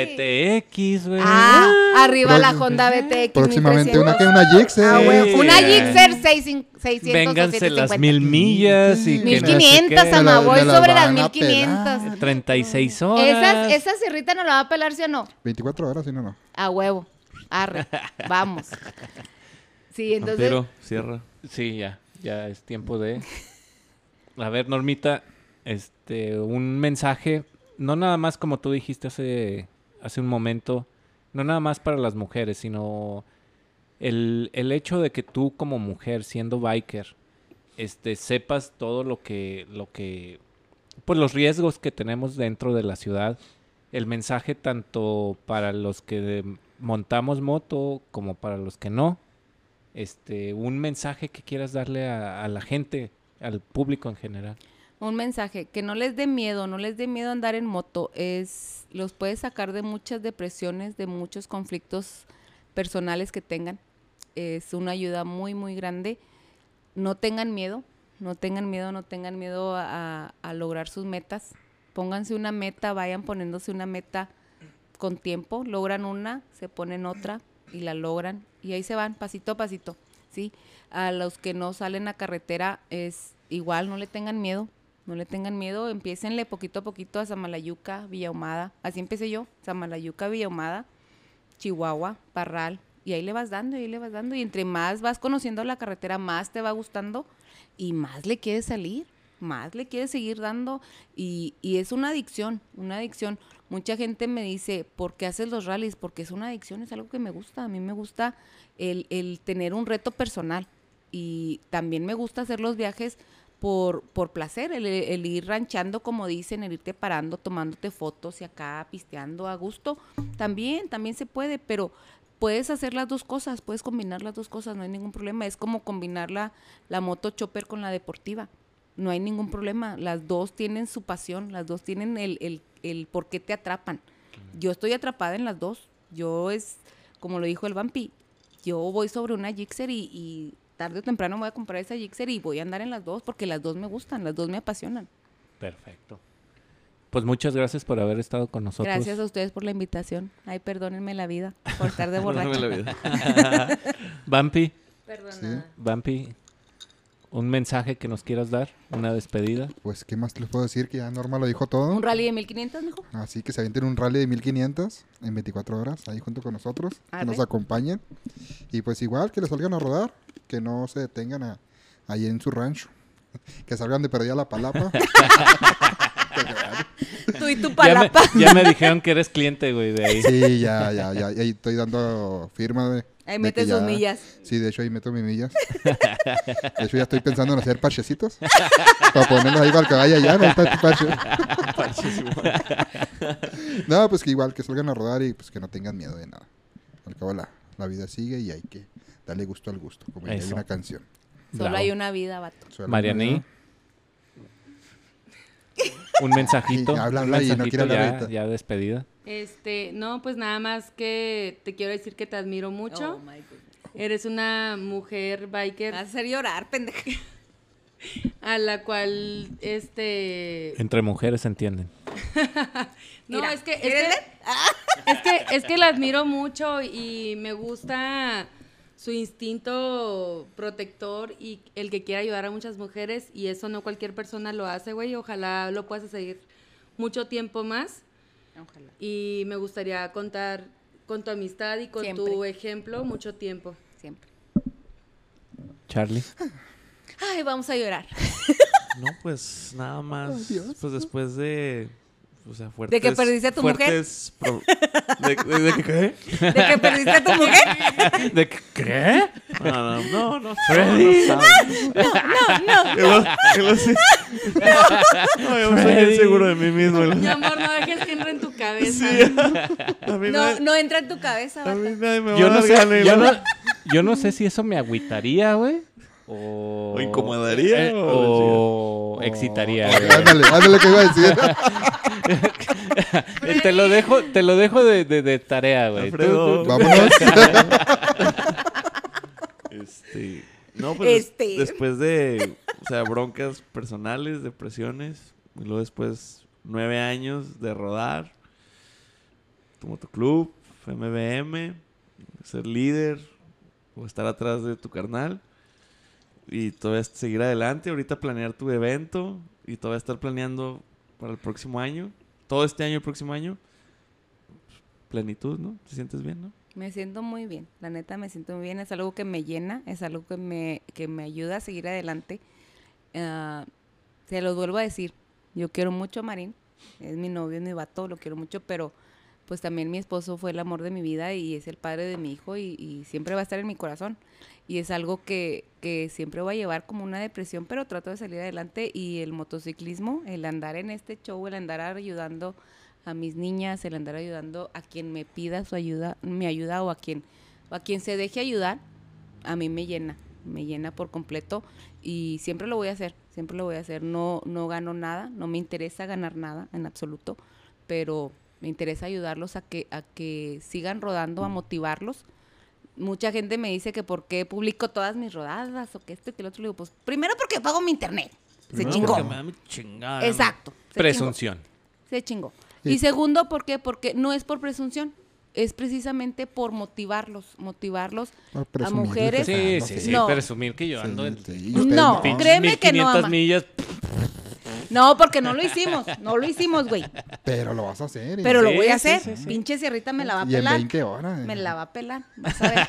BTX, güey. Ah, arriba Pro- la Honda BTX. Próximamente una que 1300. una Gixxer. Ah, güey, Sí. Una Sí. Gixxer 600 Vénganse las 750. mil millas y que no sé 1500, qué. Me ama, la- voy me la sobre van las a 1500. pelar. 36 horas. Esas, esa cerrita no la va a pelar, ¿sí o no? 24 horas, si no, no. A huevo. Arre. Vamos. Sí, entonces. Vampiro, cierra. Sí, ya. Ya es tiempo de. A ver, Normita, este, un mensaje, no nada más como tú dijiste hace, hace un momento, no nada más para las mujeres, sino el, el hecho de que tú como mujer, siendo biker, este, sepas todo lo que, lo que, pues los riesgos que tenemos dentro de la ciudad, el mensaje tanto para los que montamos moto como para los que no, este, un mensaje que quieras darle a, a la gente, al público en general. un mensaje, que no les dé miedo, no les dé miedo andar en moto, es los puede sacar de muchas depresiones, de muchos conflictos personales que tengan. Es una ayuda muy, muy grande. No tengan miedo, no tengan miedo, no tengan miedo a, a lograr sus metas. Pónganse una meta, vayan poniéndose una meta con tiempo, logran una, se ponen otra y la logran y ahí se van pasito a pasito, ¿sí? A los que no salen a carretera es igual, no le tengan miedo, no le tengan miedo, empiecenle poquito a poquito a Samalayuca, Villa Ahumada, así empecé yo, Samalayuca, Villa Ahumada, Chihuahua, Parral, y ahí le vas dando, y ahí le vas dando, y entre más vas conociendo la carretera, más te va gustando y más le quieres salir, más le quieres seguir dando, y, y es una adicción, una adicción. Mucha gente me dice, ¿por qué haces los rallies? Porque es una adicción, es algo que me gusta, a mí me gusta el, el tener un reto personal y también me gusta hacer los viajes por, por placer, el, el ir ranchando, como dicen, el irte parando, tomándote fotos y acá pisteando a gusto. También, también se puede, pero puedes hacer las dos cosas, puedes combinar las dos cosas, no hay ningún problema. Es como combinar la, la moto chopper con la deportiva. No hay ningún problema. Las dos tienen su pasión, las dos tienen el, el, el por qué te atrapan. Yo estoy atrapada en las dos. Yo es, como lo dijo el vampi, yo voy sobre una Gixxer y, y tarde o temprano me voy a comprar esa Gixxer y voy a andar en las dos porque las dos me gustan, las dos me apasionan. Perfecto. Pues muchas gracias por haber estado con nosotros. Gracias a ustedes por la invitación. Ay, perdónenme la vida por estar de Perdóname la borracha. vida. Bampi, Perdonada. Bampi, un mensaje que nos quieras dar, una despedida. Pues, ¿qué más les puedo decir? Que ya Norma lo dijo todo. Un rally de 1500, mijo. Así que se avienten un rally de 1500 en 24 horas ahí junto con nosotros. Que Arre. nos acompañen. Y pues igual, que les salgan a rodar. Que no se detengan a- ahí en su rancho. Que salgan de perdida a la palapa. Tú y Ya tu me, palapa. ya me dijeron que eres cliente, güey, de ahí. Sí, ya, ya, ya. y Ahí estoy dando firma de. de Ahí que meten sus ya- millas. Sí, de hecho ahí meto mis millas. De hecho ya estoy pensando en hacer parchecitos. para ponerlos ahí para el caballo allá, no está tu parche. no, pues que igual que salgan a rodar y pues que no tengan miedo de nada. Al cabo la, la vida sigue y hay que darle gusto al gusto, como diría Eso. una canción. Solo Bravo. hay una vida, vato. Suena Marianí. una- Un mensajito. Sí, habla, un habla y no mensajito quiere hablar ya, ahorita. ya despedida. Este, no, pues nada más que te quiero decir que te admiro mucho. Oh, my goodness. Eres una mujer biker Me vas a hacer llorar, pendeja. a la cual, este... Entre mujeres entienden. No, Mira, es que, es mírenle. que, es que, es que la admiro mucho y me gusta su instinto protector y el que quiere ayudar a muchas mujeres y eso no cualquier persona lo hace, güey. Ojalá lo puedas seguir mucho tiempo más Ojalá. y me gustaría contar con tu amistad y con tu Siempre. ejemplo mucho tiempo. Siempre. Charlie. Ay, vamos a llorar. No, pues nada más. Pues después de. O sea, fuertes, que perdiste a tu mujer? fuertes pro- ¿De, de- de que qué? ¿De que perdiste a tu mujer? ¿De qué? No, no, no. no, Freddy. No, no, no. No, yo soy bien seguro de mí mismo. Mi amor, no dejes que entre en tu cabeza. A mí No, nadie- no entra en tu cabeza, a mí vato. nadie me va Yo a no, dar gana sé, y yo, no, luego- yo no sé si eso me agüitaría, güey. O, O Eh, incomodaría, o, Oh. excitaría, güey. Ándale, ándale que iba a decir. Eh, Te lo dejo, te lo dejo de, de- de tarea, güey. Tú- Alfredo. tú- tú- Vámonos. Este, no, pues Este. des- después de, o sea, broncas personales, depresiones, y luego después nueve años de rodar, tu motoclub, MBM, ser líder o estar atrás de tu carnal y todavía seguir adelante, ahorita planear tu evento y todavía estar planeando para el próximo año, todo este año y el próximo año. pues, Plenitud, ¿no? ¿Te sientes bien, no? Me siento muy bien, la neta me siento muy bien, es algo que me llena, es algo que me, que me ayuda a seguir adelante. Ah, se los vuelvo a decir, yo quiero mucho a Marín, es mi novio, es mi vato, lo quiero mucho, pero pues también mi esposo fue el amor de mi vida y es el padre de mi hijo y, y siempre va a estar en mi corazón. Y es algo que, que siempre voy a llevar como una depresión, pero trato de salir adelante y el motociclismo, el andar en este show, el andar ayudando a mis niñas, el andar ayudando a quien me pida su ayuda, mi ayuda o a quien, o a quien se deje ayudar, a mí me llena, me llena por completo y siempre lo voy a hacer, siempre lo voy a hacer. No, no gano nada, no me interesa ganar nada en absoluto, pero me interesa ayudarlos a que, a que sigan rodando, a motivarlos. Mucha gente me dice que por qué publico todas mis rodadas o que esto y que el otro. Le digo, pues primero porque pago mi internet. Se Primero chingó. porque me da mi chingada. Exacto. se chingó. Presunción. Se chingó. Sí. Y segundo, ¿por qué? Porque no es por presunción, es precisamente por motivarlos, motivarlos Por a presumirles mujeres. que Sí, no, sí, sí. sí. No. Presumir que yo ando en Sí, ustedes No, pinches créeme que no, 1500 ama. millas. No, porque no lo hicimos, no lo hicimos, güey. Pero lo vas a hacer. y- Pero lo Sí, voy a sí, sí, hacer. sí. Pinche Sierrita me la va a Y en pelar. 20 horas. eh. Me la va a pelar, vas a ver.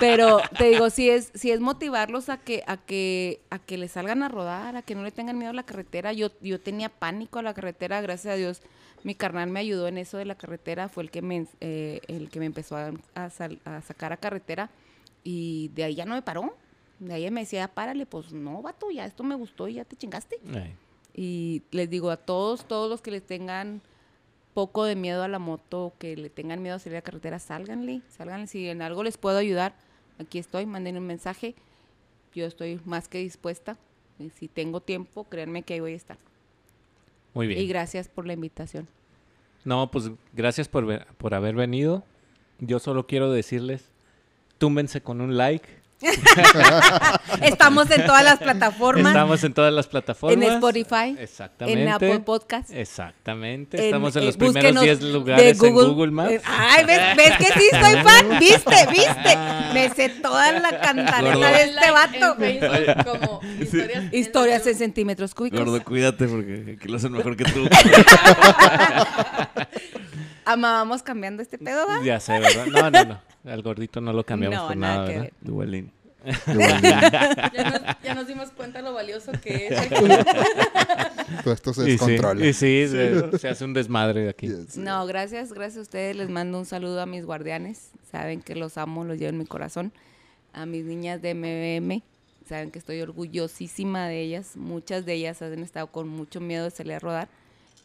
Pero te digo, si es, si es motivarlos a que, a que, a que le salgan a rodar, a que no le tengan miedo a la carretera. Yo, yo tenía pánico a la carretera, gracias a Dios. Mi carnal me ayudó en eso de la carretera, fue el que me, eh, el que me empezó a, a sal- a sacar a carretera y de ahí ya no me paró. De ahí me decía, párale, pues no, vato, ya esto me gustó y ya te chingaste. Ay, Y les digo a todos, todos los que les tengan poco de miedo a la moto, que le tengan miedo a salir a la carretera, sálganle, sálganle. Si en algo les puedo ayudar, aquí estoy, manden un mensaje. Yo estoy más que dispuesta. Y si tengo tiempo, créanme que ahí voy a estar. Muy bien. Y gracias por la invitación. No, pues gracias por, ver- por haber venido. Yo solo quiero decirles, túmbense con un like, Estamos en todas las plataformas. Estamos en todas las plataformas. En Spotify, Exactamente. en Apple Podcast. Exactamente. en- Estamos en eh, los primeros búsquenos 10 lugares de en Google Maps. Eh, Ay, ¿ves, ves que sí soy fan? ¿Viste? ¿Viste? Me sé toda la Gordo. cantareta de este vato. En Facebook, como historias, en Historias en Facebook. centímetros cúbicos. Gordo, cuídate porque aquí lo hacen mejor que tú. Amábamos cambiando este pedo, ¿va? Ya sé, ¿verdad? No, no, no. Al gordito no lo cambiamos No, por nada nada, que ¿verdad? ver. Dubalín. Ya nos, ya nos dimos cuenta lo valioso que es. Todo esto se Y sí, descontrola. y sí, se, se hace un desmadre de aquí. Yes. No, gracias, gracias a ustedes. Les mando un saludo a mis guardianes. Saben que los amo, los llevo en mi corazón. A mis niñas de MBM. Saben que estoy orgullosísima de ellas. Muchas de ellas han estado con mucho miedo de salir a rodar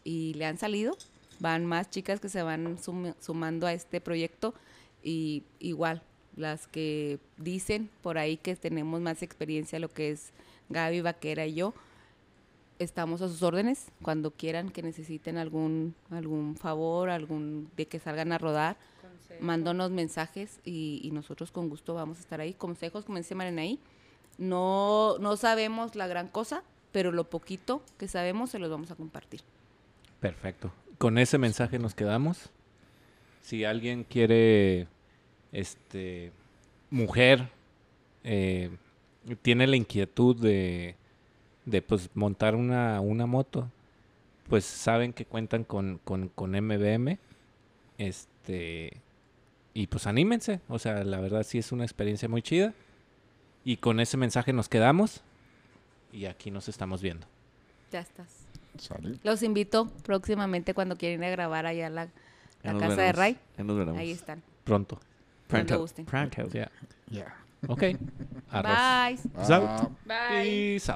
y le han salido. Van más chicas que se van sum- sumando a este proyecto y igual las que dicen por ahí que tenemos más experiencia, lo que es Gaby Vaquera y yo, estamos a sus órdenes cuando quieran que necesiten algún algún favor, algún de que salgan a rodar, mándonos mensajes y, y nosotros con gusto vamos a estar ahí. Consejos, como dice Marenaí, no no sabemos la gran cosa, pero lo poquito que sabemos se los vamos a compartir. Perfecto. Con ese mensaje nos quedamos. Si alguien quiere, este, mujer, eh, tiene la inquietud de, de, pues, montar una, una moto, pues saben que cuentan con, con, con MBM. Este, y pues anímense. O sea, la verdad sí es una experiencia muy chida. Y con ese mensaje nos quedamos. Y aquí nos estamos viendo. Ya estás. Sale. Los invito próximamente cuando quieran ir a grabar allá a la, Ya la nos casa de veremos. Ray. Ya nos veremos. Ahí están. Pronto. Prank Cuando out. gusten. Prank out. Ya. Yeah. Ok. Arroz. Bye. Ah. Bye. Peace out.